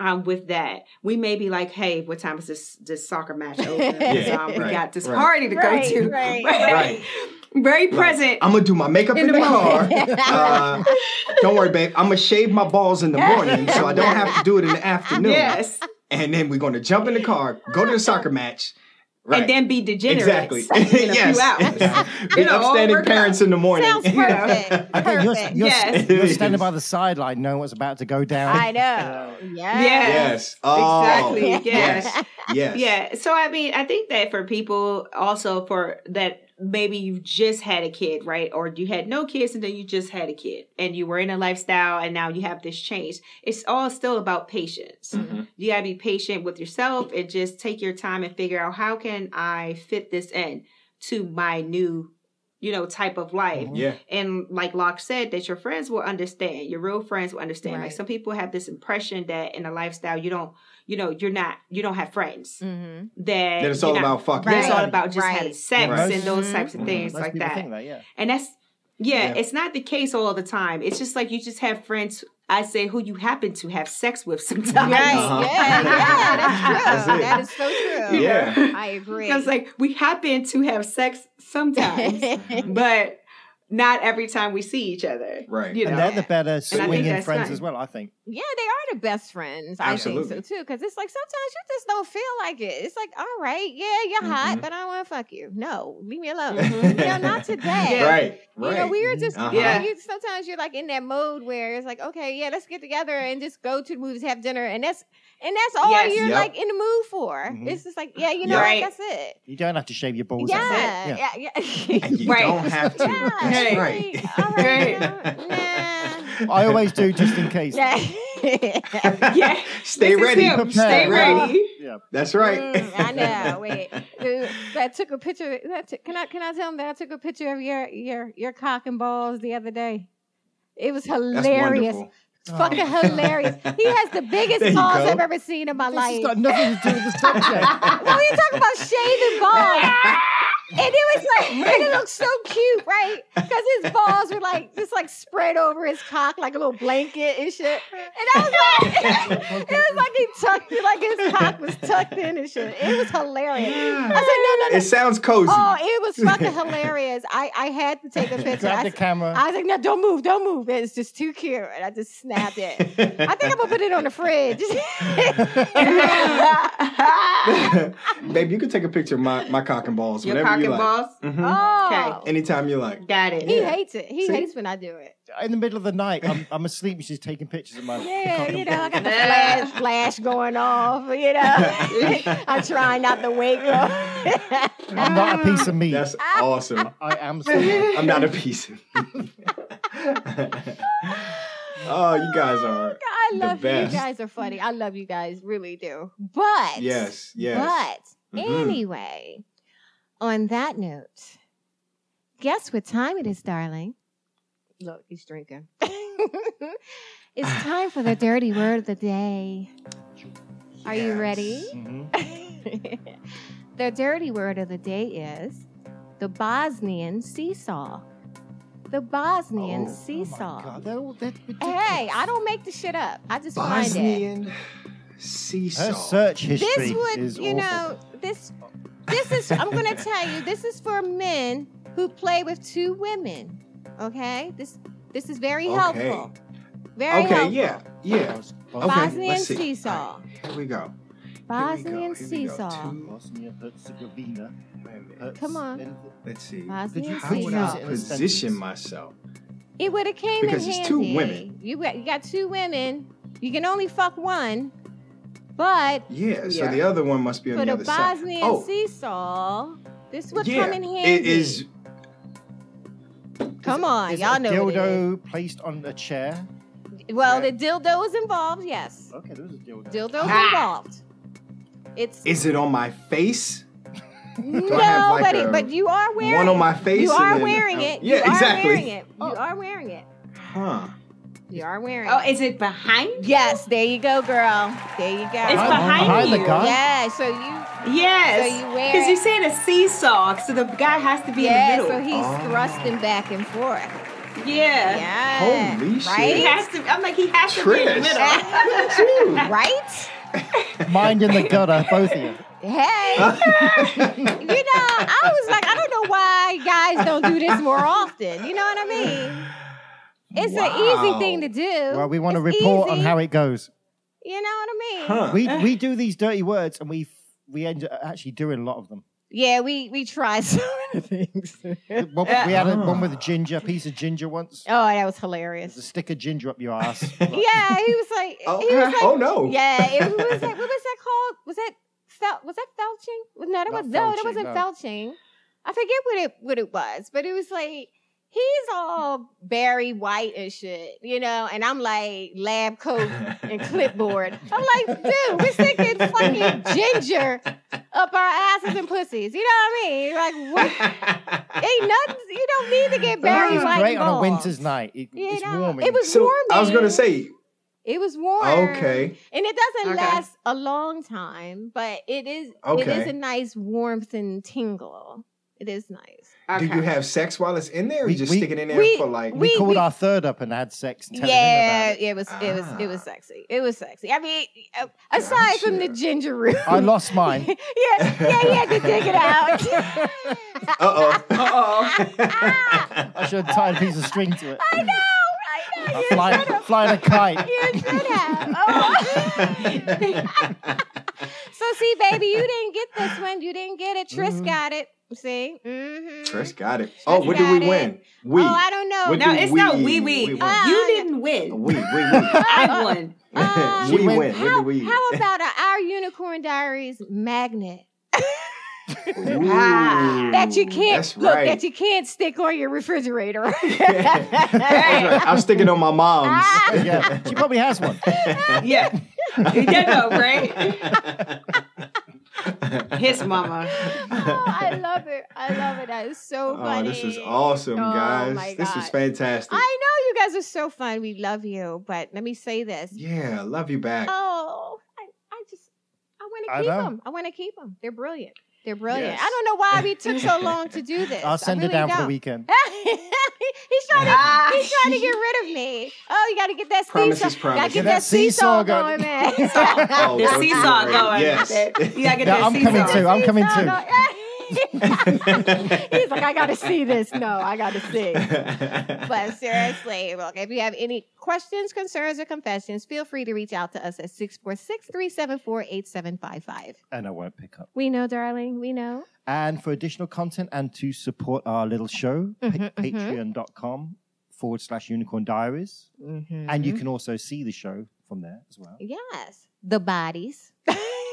[SPEAKER 1] um, with that. We may be like, "Hey, what time is this this soccer match over?
[SPEAKER 3] Yeah,
[SPEAKER 1] um, we
[SPEAKER 2] right,
[SPEAKER 1] got this
[SPEAKER 2] right.
[SPEAKER 1] party to
[SPEAKER 3] Right,
[SPEAKER 1] go to."
[SPEAKER 3] right,
[SPEAKER 2] right.
[SPEAKER 1] Very
[SPEAKER 2] Like,
[SPEAKER 1] present.
[SPEAKER 2] i'm gonna do my makeup in,
[SPEAKER 1] In
[SPEAKER 2] the,
[SPEAKER 1] the
[SPEAKER 2] car
[SPEAKER 1] morning.
[SPEAKER 2] uh, don't worry babe i'm gonna shave my balls in the morning so i don't have to do it in the afternoon
[SPEAKER 1] yes,
[SPEAKER 2] and then we're going to jump in the car, go to the soccer match, right?
[SPEAKER 1] and then be degenerate.
[SPEAKER 2] exactly,
[SPEAKER 1] in a few hours.
[SPEAKER 2] yes, be
[SPEAKER 1] It'll all
[SPEAKER 2] upstanding
[SPEAKER 1] work
[SPEAKER 2] parents in the morning.
[SPEAKER 3] Sounds perfect.
[SPEAKER 4] I think you're,
[SPEAKER 3] Perfect.
[SPEAKER 4] you're,
[SPEAKER 1] Yes.
[SPEAKER 4] you're standing by the sideline knowing what's about to go down.
[SPEAKER 3] I
[SPEAKER 2] Uh,
[SPEAKER 3] know. Yeah.
[SPEAKER 2] yes, oh,
[SPEAKER 1] Exactly, yes.
[SPEAKER 2] yes,
[SPEAKER 1] Yeah. So I mean, I think that for people also for that maybe you just had a kid, right? Or you had no kids and then you just had a kid and you were in a lifestyle and now you have this change. It's all still about patience.
[SPEAKER 2] Mhm.
[SPEAKER 1] You gotta be patient with yourself and just take your time and figure out how can I fit this in to my new, you know, type of life
[SPEAKER 2] yeah,
[SPEAKER 1] and like Locke said, that your friends will understand. Your real friends will understand. Like
[SPEAKER 3] Right.
[SPEAKER 1] some people have this impression that in a lifestyle you don't, you know, you're not, you don't have friends.
[SPEAKER 3] Mm-hmm.
[SPEAKER 1] That
[SPEAKER 2] Then it's
[SPEAKER 1] you're
[SPEAKER 2] all
[SPEAKER 1] not-
[SPEAKER 2] about fucking.
[SPEAKER 1] That it's all
[SPEAKER 3] Right.
[SPEAKER 1] about just
[SPEAKER 3] Right. Mm-hmm.
[SPEAKER 1] having sex
[SPEAKER 2] Right.
[SPEAKER 1] and those types of
[SPEAKER 2] Mhm.
[SPEAKER 1] things
[SPEAKER 4] Most
[SPEAKER 1] like
[SPEAKER 4] people
[SPEAKER 1] that.
[SPEAKER 4] think that, yeah.
[SPEAKER 1] And that's yeah,
[SPEAKER 2] Yeah.
[SPEAKER 1] it's not the case all the time. It's just like you just have friends. I say who you happen to have sex with sometimes.
[SPEAKER 3] Right.
[SPEAKER 2] Uh-huh.
[SPEAKER 3] Yeah, yeah, that's true.
[SPEAKER 2] That's it.
[SPEAKER 3] that is so true.
[SPEAKER 2] Yeah.
[SPEAKER 3] I agree.
[SPEAKER 1] Because like we happen to have sex sometimes, but not every time we see each other.
[SPEAKER 2] Right.
[SPEAKER 1] You know.
[SPEAKER 4] and they're the better
[SPEAKER 1] think
[SPEAKER 4] swinging
[SPEAKER 1] that's
[SPEAKER 4] friends
[SPEAKER 1] fine.
[SPEAKER 4] as well. I think.
[SPEAKER 3] Yeah, they are the best friends. I
[SPEAKER 2] Absolutely.
[SPEAKER 3] think so too. Because it's like sometimes you just don't feel like it. It's like, all right, yeah, you're hot,
[SPEAKER 2] Mhm.
[SPEAKER 3] but I don't want to fuck you. No, leave me alone.
[SPEAKER 1] Mhm.
[SPEAKER 3] no, not today.
[SPEAKER 1] Yeah.
[SPEAKER 2] Right.
[SPEAKER 3] You
[SPEAKER 2] Right.
[SPEAKER 3] know, we were just
[SPEAKER 2] Mm-hmm. Uh-huh.
[SPEAKER 3] you know,
[SPEAKER 1] Yeah.
[SPEAKER 3] you, sometimes you're like in that mode where it's like, okay, yeah, let's get together and just go to the movies, have dinner, and that's and that's all
[SPEAKER 1] Yes.
[SPEAKER 3] you're
[SPEAKER 2] Yep.
[SPEAKER 3] like in the mood for.
[SPEAKER 4] Mhm.
[SPEAKER 2] Mm-hmm.
[SPEAKER 3] It's just like, yeah, you know,
[SPEAKER 1] Yep.
[SPEAKER 3] like,
[SPEAKER 1] Right.
[SPEAKER 3] that's it.
[SPEAKER 4] You don't have to shave your balls. off.
[SPEAKER 3] Yeah, yeah, yeah.
[SPEAKER 2] and you
[SPEAKER 1] Right.
[SPEAKER 2] don't have to.
[SPEAKER 3] Yeah,
[SPEAKER 2] That's
[SPEAKER 1] Right.
[SPEAKER 2] right.
[SPEAKER 3] All right, you
[SPEAKER 2] Right.
[SPEAKER 3] know,
[SPEAKER 4] I always do just in case.
[SPEAKER 3] nah. Nah.
[SPEAKER 1] Yeah.
[SPEAKER 2] Stay
[SPEAKER 1] This is
[SPEAKER 2] ready.
[SPEAKER 1] him. Stay
[SPEAKER 4] Prepare.
[SPEAKER 1] ready.
[SPEAKER 2] That's right.
[SPEAKER 3] Mm, I know. Wait, Dude, that Uh, took a picture. That took- can I can I tell them that I took a picture of your your your cock and balls the other day? It was
[SPEAKER 2] That's
[SPEAKER 3] hilarious.
[SPEAKER 2] wonderful.
[SPEAKER 3] It's fucking hilarious. He has the
[SPEAKER 2] There
[SPEAKER 3] biggest
[SPEAKER 2] you
[SPEAKER 3] balls
[SPEAKER 2] go.
[SPEAKER 3] I've ever seen in my
[SPEAKER 4] This has
[SPEAKER 3] life.
[SPEAKER 4] got nothing to do with the subject.
[SPEAKER 3] Well, you talking about shaving balls, and it was like and it looked so cute, right? Because his balls were like just like spread over his cock like a little blanket and shit. And I was like, it was like he tucked it, like his cock was tucked in and shit. It was hilarious. I said, no, no,
[SPEAKER 2] It
[SPEAKER 3] no.
[SPEAKER 2] sounds cozy.
[SPEAKER 3] Oh, it was fucking hilarious. I I had to take a picture.
[SPEAKER 4] Grab
[SPEAKER 3] I,
[SPEAKER 4] the
[SPEAKER 3] s-
[SPEAKER 4] camera.
[SPEAKER 3] I was like, no, don't move, don't move. It's just too cute, and I just snapped it. I think I'm gonna put it on the fridge.
[SPEAKER 2] Babe, you can take a picture of my, my cock and balls
[SPEAKER 1] Your
[SPEAKER 2] whenever
[SPEAKER 1] cock
[SPEAKER 2] you
[SPEAKER 1] and
[SPEAKER 2] like.
[SPEAKER 1] balls.
[SPEAKER 2] Mhm.
[SPEAKER 3] oh,
[SPEAKER 2] Anytime you like.
[SPEAKER 1] Got it.
[SPEAKER 3] He
[SPEAKER 2] Yeah.
[SPEAKER 3] hates it. He
[SPEAKER 2] See?
[SPEAKER 3] hates when I do it.
[SPEAKER 4] in the middle of the night, I'm, I'm asleep. and She's taking pictures of my.
[SPEAKER 3] Yeah, you know, I got the
[SPEAKER 1] Yeah.
[SPEAKER 3] flash, flash going off. You know, I'm trying not to wake up.
[SPEAKER 4] I'm not a piece of meat.
[SPEAKER 2] That's awesome.
[SPEAKER 4] I am. Someone.
[SPEAKER 2] I'm not a piece. oh, you guys are.
[SPEAKER 3] I
[SPEAKER 2] The
[SPEAKER 3] love you. You
[SPEAKER 2] best.
[SPEAKER 3] guys are funny. I love you guys, really do. But
[SPEAKER 2] Yes, yes.
[SPEAKER 3] But
[SPEAKER 2] Mhm.
[SPEAKER 4] Mm-hmm.
[SPEAKER 3] anyway, on that note, guess what time it is, darling? Look, he's drinking. it's time for the dirty word of the day. Are you ready?
[SPEAKER 2] Mm-hmm.
[SPEAKER 4] Mhm.
[SPEAKER 3] the dirty word of the day is the Bosnian seesaw. The Bosnian
[SPEAKER 4] Oh,
[SPEAKER 3] seesaw.
[SPEAKER 4] Oh my God, they're all, they're ridiculous.
[SPEAKER 3] hey, I don't make the shit up. I just find it.
[SPEAKER 2] Bosnian
[SPEAKER 4] Her
[SPEAKER 2] seesaw.
[SPEAKER 4] search history
[SPEAKER 3] This would,
[SPEAKER 4] is awful.
[SPEAKER 3] you know, this this is I'm going to tell you this is for men who play with two women. Okay? This this is very
[SPEAKER 2] Okay.
[SPEAKER 3] helpful. Very
[SPEAKER 2] Okay,
[SPEAKER 3] helpful.
[SPEAKER 2] yeah, yeah.
[SPEAKER 4] Bos-
[SPEAKER 2] Okay, let's
[SPEAKER 3] Bosnian
[SPEAKER 2] see.
[SPEAKER 3] seesaw.
[SPEAKER 2] Here we go.
[SPEAKER 3] Bosnian
[SPEAKER 2] here we go.
[SPEAKER 3] seesaw.
[SPEAKER 2] Two-
[SPEAKER 4] Bosnia Herzegovina.
[SPEAKER 2] wait a minute.
[SPEAKER 4] Herz-
[SPEAKER 3] Come on.
[SPEAKER 2] Let's see.
[SPEAKER 3] Bosnian
[SPEAKER 2] How would
[SPEAKER 3] seesaw.
[SPEAKER 2] I
[SPEAKER 4] Seesaw.
[SPEAKER 2] position myself?
[SPEAKER 3] It would have came
[SPEAKER 2] Because
[SPEAKER 3] in
[SPEAKER 2] it's two
[SPEAKER 3] handy.
[SPEAKER 2] women.
[SPEAKER 3] You got, you got two women. You can only fuck one. But
[SPEAKER 2] Yeah, so
[SPEAKER 1] Yeah.
[SPEAKER 2] the other one must be on
[SPEAKER 3] for the
[SPEAKER 2] the other side.
[SPEAKER 3] Bosnian
[SPEAKER 2] Oh.
[SPEAKER 3] seesaw, this would
[SPEAKER 2] yeah,
[SPEAKER 3] come in handy.
[SPEAKER 2] it is.
[SPEAKER 3] Come on,
[SPEAKER 4] Is it
[SPEAKER 3] y'all
[SPEAKER 4] a
[SPEAKER 3] know what
[SPEAKER 4] dildo placed on a chair.
[SPEAKER 3] it is. Well,
[SPEAKER 2] Right.
[SPEAKER 3] the dildo is involved. Yes,
[SPEAKER 4] Okay, there is a dildo.
[SPEAKER 3] dildo
[SPEAKER 1] Ah.
[SPEAKER 3] involved. It's
[SPEAKER 2] Is it on my face?
[SPEAKER 3] no,
[SPEAKER 2] I have like
[SPEAKER 3] but
[SPEAKER 2] a-
[SPEAKER 3] it, but you are wearing
[SPEAKER 2] One on
[SPEAKER 3] it.
[SPEAKER 2] my face.
[SPEAKER 3] You
[SPEAKER 2] and
[SPEAKER 3] are
[SPEAKER 2] then-
[SPEAKER 3] wearing it.
[SPEAKER 2] Yeah,
[SPEAKER 3] you are
[SPEAKER 2] exactly.
[SPEAKER 3] Wearing it. You are wearing it.
[SPEAKER 2] Huh.
[SPEAKER 3] You are wearing
[SPEAKER 1] Oh,
[SPEAKER 3] it.
[SPEAKER 1] is it behind?
[SPEAKER 3] Yes, there you go, girl. There you go.
[SPEAKER 1] It's
[SPEAKER 4] Behind-
[SPEAKER 1] behind,
[SPEAKER 4] behind
[SPEAKER 1] you.
[SPEAKER 4] the guy?
[SPEAKER 3] Yeah, so you
[SPEAKER 1] Yes.
[SPEAKER 3] So you wear
[SPEAKER 1] Because
[SPEAKER 3] it-
[SPEAKER 1] you said a seesaw, so the guy has to be
[SPEAKER 3] yeah,
[SPEAKER 1] in the
[SPEAKER 3] so
[SPEAKER 1] middle.
[SPEAKER 3] he's
[SPEAKER 2] Oh.
[SPEAKER 3] thrusting back and forth.
[SPEAKER 1] yeah.
[SPEAKER 3] Yeah.
[SPEAKER 2] Holy
[SPEAKER 1] He
[SPEAKER 2] shit.
[SPEAKER 3] Right?
[SPEAKER 1] has to. I'm like, he has to be in
[SPEAKER 2] Trish.
[SPEAKER 1] the middle.
[SPEAKER 3] Right?
[SPEAKER 4] Mind in the gutter, both of you.
[SPEAKER 3] Hey. you know, I was like, I don't know why guys don't do this more often. You know what I mean? It's an easy thing to do.
[SPEAKER 4] Well, we want to
[SPEAKER 3] It's
[SPEAKER 4] report on
[SPEAKER 3] easy.
[SPEAKER 4] how it goes.
[SPEAKER 3] You know what I mean?
[SPEAKER 2] Huh.
[SPEAKER 4] We we do these dirty words and we f- we end up actually doing a lot of them.
[SPEAKER 3] Yeah, we we try so many things. oh,
[SPEAKER 4] One with- we had a,
[SPEAKER 2] Ah.
[SPEAKER 4] one with a ginger, a piece of ginger once.
[SPEAKER 3] that was
[SPEAKER 4] There's a
[SPEAKER 3] hilarious.
[SPEAKER 4] stick of ginger up your ass.
[SPEAKER 3] Yeah, he was like,
[SPEAKER 2] Oh,
[SPEAKER 3] he was like,
[SPEAKER 2] oh, no.
[SPEAKER 3] Yeah, it was like, what was that called? Was that fel- was that felching? No, that
[SPEAKER 4] Not
[SPEAKER 3] was no, that
[SPEAKER 4] felching,
[SPEAKER 3] wasn't
[SPEAKER 4] no.
[SPEAKER 3] felching. I forget what it what it was, but it was like he's all Barry White and shit, you know, and I'm like lab coat and clipboard. I'm like, dude, we're sticking fucking ginger up our asses and pussies. You know what I mean? Like, what? Ain't nothing. You don't need to get Barry
[SPEAKER 4] it's
[SPEAKER 3] White
[SPEAKER 4] great on a
[SPEAKER 3] involved.
[SPEAKER 4] winter's night. It-
[SPEAKER 3] You
[SPEAKER 4] it's
[SPEAKER 3] know,
[SPEAKER 4] warm.
[SPEAKER 3] it was
[SPEAKER 2] So I was
[SPEAKER 3] warming.
[SPEAKER 2] gonna say,
[SPEAKER 3] It was warm.
[SPEAKER 2] okay,
[SPEAKER 3] And it doesn't
[SPEAKER 1] Okay.
[SPEAKER 3] last a long time, but it is it
[SPEAKER 2] Okay.
[SPEAKER 3] is a nice warmth and tingle. It is nice.
[SPEAKER 1] Okay.
[SPEAKER 2] Do you have sex while it's in there? Or
[SPEAKER 4] We-
[SPEAKER 2] you just
[SPEAKER 4] we-
[SPEAKER 2] stick it in there
[SPEAKER 3] we-
[SPEAKER 2] for like?
[SPEAKER 4] We,
[SPEAKER 3] We-
[SPEAKER 4] called
[SPEAKER 3] we-
[SPEAKER 4] our third up and had sex and telling him
[SPEAKER 3] yeah,
[SPEAKER 4] about it.
[SPEAKER 3] it was it was it was
[SPEAKER 2] Ah.
[SPEAKER 3] sexy. It was sexy. I mean, uh, aside from the
[SPEAKER 2] Gotcha.
[SPEAKER 3] ginger root,
[SPEAKER 4] I lost mine.
[SPEAKER 3] yeah, yeah, he had to dig it out.
[SPEAKER 2] Uh oh.
[SPEAKER 3] Uh-oh.
[SPEAKER 4] I should have tied a piece of string to it.
[SPEAKER 3] I know, I know.
[SPEAKER 4] Uh,
[SPEAKER 3] You
[SPEAKER 4] fly,
[SPEAKER 3] should have.
[SPEAKER 4] flying a kite.
[SPEAKER 3] You should have. Oh. so see, baby, you didn't get this one. You didn't get it. Trish
[SPEAKER 4] Mhm.
[SPEAKER 3] got it. See. Mm-hmm.
[SPEAKER 2] Trish got it. Oh, what
[SPEAKER 3] got
[SPEAKER 2] did we
[SPEAKER 3] it.
[SPEAKER 2] win? We.
[SPEAKER 3] Oh, I don't know.
[SPEAKER 2] What
[SPEAKER 1] No,
[SPEAKER 2] do
[SPEAKER 1] it's not
[SPEAKER 2] we-
[SPEAKER 1] we we.
[SPEAKER 2] we
[SPEAKER 1] You
[SPEAKER 2] won?
[SPEAKER 3] Ah,
[SPEAKER 1] didn't win.
[SPEAKER 2] we. We. We.
[SPEAKER 1] I won.
[SPEAKER 3] Uh,
[SPEAKER 2] we
[SPEAKER 4] She went-
[SPEAKER 2] win. What
[SPEAKER 3] How,
[SPEAKER 2] did we?
[SPEAKER 3] how about a, our Unicorn Diaries magnet
[SPEAKER 1] Ah,
[SPEAKER 3] that you can't
[SPEAKER 2] Mm, That's
[SPEAKER 3] look
[SPEAKER 2] right.
[SPEAKER 3] that you can't stick on your refrigerator?
[SPEAKER 2] That's right. I'm sticking on my mom's.
[SPEAKER 3] Ah.
[SPEAKER 4] Yeah, she probably has one.
[SPEAKER 1] Yeah. You did know, right? His mama.
[SPEAKER 3] oh, I love it. I love it. That is so
[SPEAKER 2] Oh,
[SPEAKER 3] funny.
[SPEAKER 2] this is awesome,
[SPEAKER 3] Oh,
[SPEAKER 2] guys.
[SPEAKER 3] my
[SPEAKER 2] This was
[SPEAKER 3] God.
[SPEAKER 2] fantastic.
[SPEAKER 3] I know you guys are so fun. We love you, but let me say this.
[SPEAKER 2] Yeah, love you back.
[SPEAKER 3] Oh, I, I just I
[SPEAKER 4] I
[SPEAKER 3] want to keep
[SPEAKER 4] know.
[SPEAKER 3] them. I want to keep them. They're brilliant. They're brilliant.
[SPEAKER 2] Yes.
[SPEAKER 3] I don't know why we took so long to do this. I
[SPEAKER 4] I'll send
[SPEAKER 3] really
[SPEAKER 4] her down for
[SPEAKER 3] don't.
[SPEAKER 4] the weekend.
[SPEAKER 3] he's trying to he's trying to get rid of me. Oh, you got to get that
[SPEAKER 2] Promises,
[SPEAKER 3] seesaw. Got to
[SPEAKER 2] promises.
[SPEAKER 3] get that seesaw going, man.
[SPEAKER 2] Oh,
[SPEAKER 1] the
[SPEAKER 2] don't you
[SPEAKER 1] seesaw
[SPEAKER 2] worry.
[SPEAKER 1] going.
[SPEAKER 2] Yes.
[SPEAKER 1] You gotta get
[SPEAKER 4] Yeah,
[SPEAKER 1] that
[SPEAKER 4] I'm
[SPEAKER 1] seesaw.
[SPEAKER 4] coming too. I'm coming
[SPEAKER 3] Seesaw
[SPEAKER 4] too.
[SPEAKER 3] going. he's like, I got to see this. No, I got to see. But seriously, look, if you have any questions, concerns, or confessions, feel free to reach out to us at 646 374 8755.
[SPEAKER 4] And I won't pick up.
[SPEAKER 3] We know, darling. We know.
[SPEAKER 4] And for additional content and to support our little show, pa-
[SPEAKER 3] Mhm, mhm.
[SPEAKER 4] patreon.com forward slash unicorn diaries.
[SPEAKER 3] mm-hmm,
[SPEAKER 4] And you can also see the show from there as well.
[SPEAKER 3] Yes. The bodies.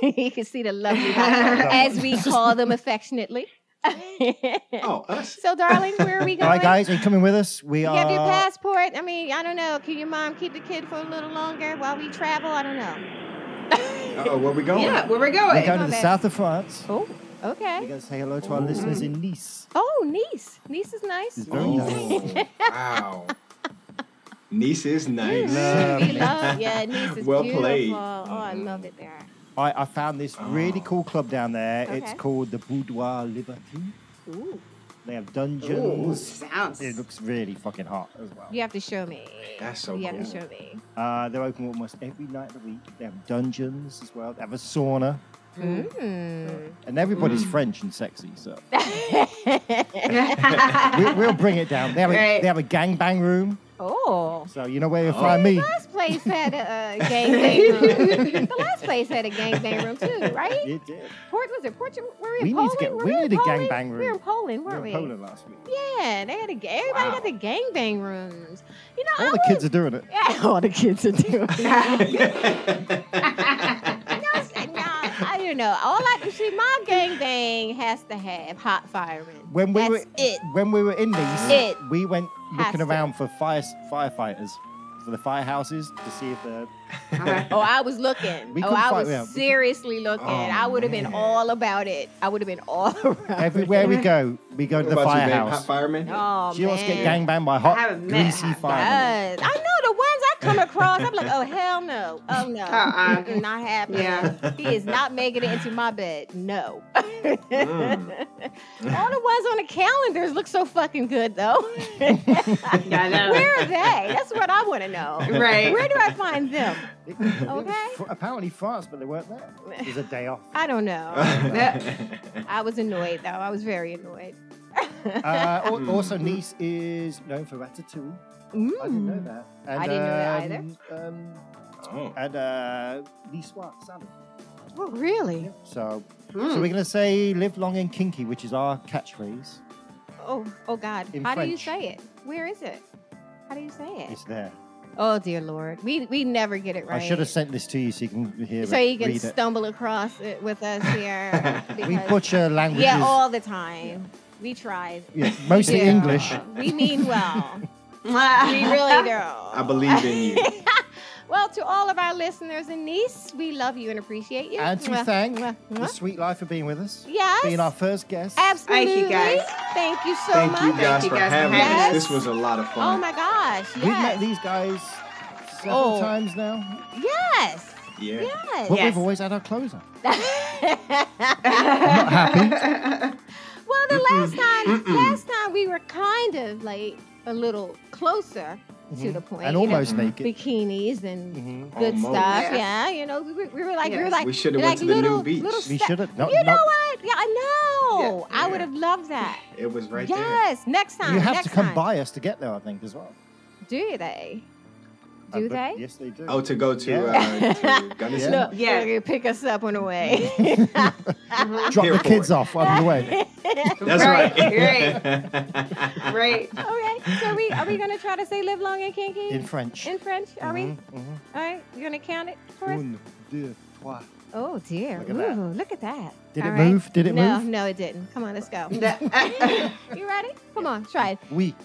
[SPEAKER 3] you can see the lovely bodies, as we call them affectionately.
[SPEAKER 2] oh, us.
[SPEAKER 3] So, darling, where are we
[SPEAKER 4] All
[SPEAKER 3] going?
[SPEAKER 4] right, guys, are you coming with us? We
[SPEAKER 3] You
[SPEAKER 4] are.
[SPEAKER 3] have your passport. I mean, I don't know. Can your mom keep the kid for a little longer while we travel? I don't know.
[SPEAKER 2] Oh, where we going?
[SPEAKER 1] Yeah, where we're going.
[SPEAKER 4] We're going to
[SPEAKER 3] on
[SPEAKER 4] the
[SPEAKER 3] there.
[SPEAKER 4] south of France.
[SPEAKER 3] Oh,
[SPEAKER 4] We're
[SPEAKER 3] okay.
[SPEAKER 4] going to say hello to our
[SPEAKER 2] Ooh.
[SPEAKER 4] listeners in Nice.
[SPEAKER 3] Oh, niece. Niece is nice.
[SPEAKER 4] It's very nice.
[SPEAKER 2] Oh, wow. Niece is nice.
[SPEAKER 4] Lovely.
[SPEAKER 3] We love, yeah, niece is
[SPEAKER 2] Well
[SPEAKER 3] beautiful.
[SPEAKER 2] played. Mm-hmm.
[SPEAKER 3] Oh, I love it there.
[SPEAKER 4] I, I found this really
[SPEAKER 2] Oh.
[SPEAKER 4] cool club down there. It's
[SPEAKER 3] Okay.
[SPEAKER 4] called the Boudoir Liberty.
[SPEAKER 3] Ooh.
[SPEAKER 4] They have
[SPEAKER 1] Ooh,
[SPEAKER 4] dungeons.
[SPEAKER 1] sounds.
[SPEAKER 4] It looks really fucking hot as well.
[SPEAKER 3] You have to show me.
[SPEAKER 2] That's so
[SPEAKER 3] you
[SPEAKER 2] cool.
[SPEAKER 3] have to show me.
[SPEAKER 4] Uh, they're open almost every night of the week. They have dungeons as well. They have a sauna,
[SPEAKER 3] Mm.
[SPEAKER 4] and everybody's
[SPEAKER 1] Mm.
[SPEAKER 4] French and sexy. So
[SPEAKER 3] Mm-hmm.
[SPEAKER 4] we,
[SPEAKER 1] We're
[SPEAKER 4] we'll bring it down. They have a,
[SPEAKER 1] Right.
[SPEAKER 4] they have a gangbang room,
[SPEAKER 3] oh.
[SPEAKER 4] so you know where you'll
[SPEAKER 2] Oh.
[SPEAKER 4] find me.
[SPEAKER 3] The last place had a uh, gangbang room. the last place had a gangbang room too, right?
[SPEAKER 4] You did.
[SPEAKER 3] Port was it Portugal? Were we in
[SPEAKER 4] We need
[SPEAKER 3] Poland?
[SPEAKER 4] to get-
[SPEAKER 3] Were
[SPEAKER 4] we
[SPEAKER 3] in
[SPEAKER 4] need a
[SPEAKER 3] Poland?
[SPEAKER 4] gangbang
[SPEAKER 3] We were in
[SPEAKER 4] room.
[SPEAKER 3] Poland,
[SPEAKER 4] We
[SPEAKER 3] weren't
[SPEAKER 4] were
[SPEAKER 3] we?
[SPEAKER 4] in Poland last week.
[SPEAKER 3] Yeah, they had a ga- everybody got the gangbang rooms. You know, I
[SPEAKER 4] All the
[SPEAKER 3] was-
[SPEAKER 4] kids are doing it.
[SPEAKER 3] Yeah, all the kids are doing.
[SPEAKER 2] yeah.
[SPEAKER 3] No, s- no, I don't know. All I see, my gang bang has to have hot firing.
[SPEAKER 4] When we
[SPEAKER 3] That's
[SPEAKER 4] were
[SPEAKER 3] it.
[SPEAKER 4] when we were in Nice,
[SPEAKER 3] It
[SPEAKER 4] we went
[SPEAKER 3] has
[SPEAKER 4] looking
[SPEAKER 3] to.
[SPEAKER 4] around for fire firefighters for the firehouses to see if they're
[SPEAKER 3] Oh, I was looking.
[SPEAKER 4] We
[SPEAKER 3] oh,
[SPEAKER 4] couldn't
[SPEAKER 3] I
[SPEAKER 4] fight-
[SPEAKER 3] was
[SPEAKER 4] yeah, we couldn't-
[SPEAKER 3] seriously looking.
[SPEAKER 2] Oh,
[SPEAKER 3] I would have been
[SPEAKER 2] man.
[SPEAKER 3] all about it. I would have been all around.
[SPEAKER 4] everywhere we go. We go to the firehouse.
[SPEAKER 2] fireman.
[SPEAKER 3] Oh
[SPEAKER 4] She
[SPEAKER 3] man.
[SPEAKER 4] wants to get gangbanged by hot,
[SPEAKER 1] haven't met
[SPEAKER 4] greasy
[SPEAKER 1] hot
[SPEAKER 4] firemen.
[SPEAKER 3] Yes. I know the ones I come across. I'm like, oh hell no, oh no,
[SPEAKER 1] Uh-uh.
[SPEAKER 3] Mm-mm, not happening.
[SPEAKER 1] Yeah.
[SPEAKER 3] He is not making it into my bed. No.
[SPEAKER 2] Mm.
[SPEAKER 3] All the ones on the calendars look so fucking good though.
[SPEAKER 1] I know.
[SPEAKER 3] Where are they? That's what I want to know.
[SPEAKER 1] right.
[SPEAKER 3] Where do I find them? Okay.
[SPEAKER 4] Fr- apparently France, but they weren't there. It was a day off.
[SPEAKER 3] I don't know. I was annoyed though. I was very annoyed.
[SPEAKER 4] Uh, al-
[SPEAKER 2] Hmm.
[SPEAKER 4] also, Nice is known for ratatouille. I didn't
[SPEAKER 3] Mm.
[SPEAKER 4] know that. And,
[SPEAKER 3] Hmm. I didn't know that either.
[SPEAKER 4] um, Um,
[SPEAKER 2] oh.
[SPEAKER 4] and uh, Niçois salad.
[SPEAKER 3] Oh, really?
[SPEAKER 4] Yeah. So,
[SPEAKER 3] Hmm.
[SPEAKER 4] so
[SPEAKER 1] Mm.
[SPEAKER 4] we're gonna say "live long and kinky," which is our catchphrase.
[SPEAKER 3] Oh, oh God.
[SPEAKER 4] In
[SPEAKER 3] How do you
[SPEAKER 4] French.
[SPEAKER 3] say it? Where is it? How do you say it?
[SPEAKER 4] It's there.
[SPEAKER 3] Oh dear Lord, we we never get it right.
[SPEAKER 4] I should have sent this to you so you can hear
[SPEAKER 3] So
[SPEAKER 4] it.
[SPEAKER 3] you can
[SPEAKER 4] read it.
[SPEAKER 3] stumble across it with us here.
[SPEAKER 4] We
[SPEAKER 3] because-
[SPEAKER 4] butcher languages.
[SPEAKER 3] yeah, all the time. We try.
[SPEAKER 4] yeah, mostly
[SPEAKER 3] Yeah.
[SPEAKER 4] English.
[SPEAKER 3] We mean well. we really do. I
[SPEAKER 2] I believe in you.
[SPEAKER 3] Well, to all of our listeners in Nice, we love you and appreciate you.
[SPEAKER 4] And to
[SPEAKER 3] Mwah,
[SPEAKER 4] thank
[SPEAKER 3] mwah,
[SPEAKER 4] the
[SPEAKER 3] mwah.
[SPEAKER 4] sweet life for being with us,
[SPEAKER 3] Yes.
[SPEAKER 4] being our first guest.
[SPEAKER 3] Absolutely.
[SPEAKER 1] Thank you, guys.
[SPEAKER 3] Thank you so
[SPEAKER 2] Thank
[SPEAKER 3] much.
[SPEAKER 2] you guys
[SPEAKER 1] you
[SPEAKER 2] for
[SPEAKER 1] guys for
[SPEAKER 2] having us.
[SPEAKER 3] having
[SPEAKER 2] This
[SPEAKER 3] us.
[SPEAKER 2] was a lot of fun.
[SPEAKER 3] Oh my gosh.
[SPEAKER 4] We've met
[SPEAKER 3] Yes.
[SPEAKER 4] these guys several
[SPEAKER 3] Oh.
[SPEAKER 4] times now,
[SPEAKER 3] Yes.
[SPEAKER 2] yeah.
[SPEAKER 3] Yes.
[SPEAKER 4] but
[SPEAKER 1] Yes.
[SPEAKER 4] we've always had our clothes on.
[SPEAKER 3] well,
[SPEAKER 1] not
[SPEAKER 4] happy.
[SPEAKER 3] the last time,
[SPEAKER 2] Mm-mm.
[SPEAKER 3] last time we were kind of like a little closer to
[SPEAKER 4] Mhm.
[SPEAKER 3] the point.
[SPEAKER 4] and
[SPEAKER 3] you know,
[SPEAKER 4] almost naked.
[SPEAKER 3] bikinis and
[SPEAKER 4] Mhm.
[SPEAKER 3] good
[SPEAKER 2] Almost.
[SPEAKER 3] stuff.
[SPEAKER 1] Yeah.
[SPEAKER 3] Yeah. you know, we, we were like, we
[SPEAKER 1] Yeah.
[SPEAKER 3] were like,
[SPEAKER 2] We shoulda
[SPEAKER 3] like
[SPEAKER 2] went to the
[SPEAKER 3] little,
[SPEAKER 2] nude beach.
[SPEAKER 3] Little
[SPEAKER 4] We
[SPEAKER 3] step-
[SPEAKER 4] should have. No,
[SPEAKER 3] you
[SPEAKER 4] no,
[SPEAKER 3] know what? Yeah, I know.
[SPEAKER 1] Yeah,
[SPEAKER 3] I
[SPEAKER 1] yeah.
[SPEAKER 3] would have loved that.
[SPEAKER 2] It was right there.
[SPEAKER 3] yes, next time.
[SPEAKER 4] you have
[SPEAKER 3] next
[SPEAKER 4] to come
[SPEAKER 3] time.
[SPEAKER 4] by us to get there, I think, as well.
[SPEAKER 3] Do they?
[SPEAKER 4] I
[SPEAKER 3] Do
[SPEAKER 4] bet-
[SPEAKER 3] they?
[SPEAKER 4] Yes, they do.
[SPEAKER 2] Oh, to go to,
[SPEAKER 3] Yeah.
[SPEAKER 2] uh, to Gunnison.
[SPEAKER 4] Yeah.
[SPEAKER 1] Yeah.
[SPEAKER 3] They're gonna pick us up on the way.
[SPEAKER 1] Mhm.
[SPEAKER 4] Drop
[SPEAKER 2] Here
[SPEAKER 4] the
[SPEAKER 2] for
[SPEAKER 4] kids
[SPEAKER 2] it.
[SPEAKER 4] off on the way.
[SPEAKER 2] That's
[SPEAKER 1] Right,
[SPEAKER 2] right.
[SPEAKER 1] Right.
[SPEAKER 3] okay, so we are we gonna try to say live long and kinky
[SPEAKER 4] In French.
[SPEAKER 3] In French? Are
[SPEAKER 4] Mhm,
[SPEAKER 3] we?
[SPEAKER 4] mhm.
[SPEAKER 3] All right, you gonna count it for us?
[SPEAKER 4] Un, deux, trois.
[SPEAKER 3] Oh dear!
[SPEAKER 4] Look at that.
[SPEAKER 3] Ooh, look at that.
[SPEAKER 4] Did
[SPEAKER 3] All
[SPEAKER 4] it
[SPEAKER 3] right.
[SPEAKER 4] move? Did it
[SPEAKER 3] no,
[SPEAKER 4] move?
[SPEAKER 3] no, it didn't. Come on, let's go.
[SPEAKER 1] The-
[SPEAKER 3] you ready? Come on, try it.
[SPEAKER 4] Oui.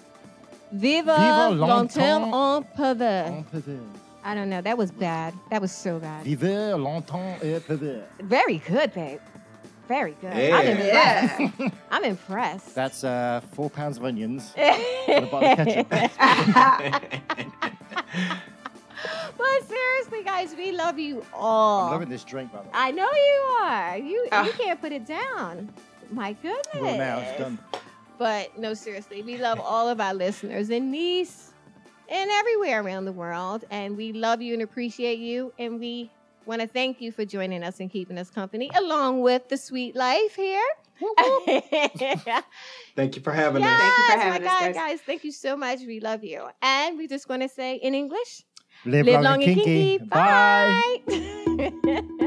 [SPEAKER 3] Viva,
[SPEAKER 4] Viva
[SPEAKER 3] longtemps en
[SPEAKER 4] on
[SPEAKER 3] paveur.
[SPEAKER 4] peut-
[SPEAKER 3] I don't know. That was bad. That was so bad.
[SPEAKER 4] Vivre longtemps et peu.
[SPEAKER 3] Very good, babe. Very good. I'm
[SPEAKER 2] Yeah.
[SPEAKER 3] impressed.
[SPEAKER 1] yeah.
[SPEAKER 3] I'm impressed.
[SPEAKER 4] That's uh, four pounds of onions.
[SPEAKER 3] what
[SPEAKER 4] and a bottle of ketchup.
[SPEAKER 3] But seriously, guys, we love you all.
[SPEAKER 4] I'm loving this drink, by the way.
[SPEAKER 3] I know you are. You you
[SPEAKER 1] Ah.
[SPEAKER 3] can't put it down. My goodness.
[SPEAKER 4] Well, now it's done.
[SPEAKER 3] But no, seriously, we love all of our listeners in Nice and everywhere around the world. And we love you and appreciate you. And we want to thank you for joining us and keeping us company, along with the sweet life here. yes,
[SPEAKER 2] Thank you for having us.
[SPEAKER 1] Thank you for
[SPEAKER 3] my
[SPEAKER 1] having us,
[SPEAKER 3] God,
[SPEAKER 1] guys.
[SPEAKER 3] guys. Thank you so much. We love you. And we just want to say in English,
[SPEAKER 4] Live,
[SPEAKER 3] live
[SPEAKER 4] long, and kinky. Bye.
[SPEAKER 3] Bye.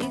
[SPEAKER 5] you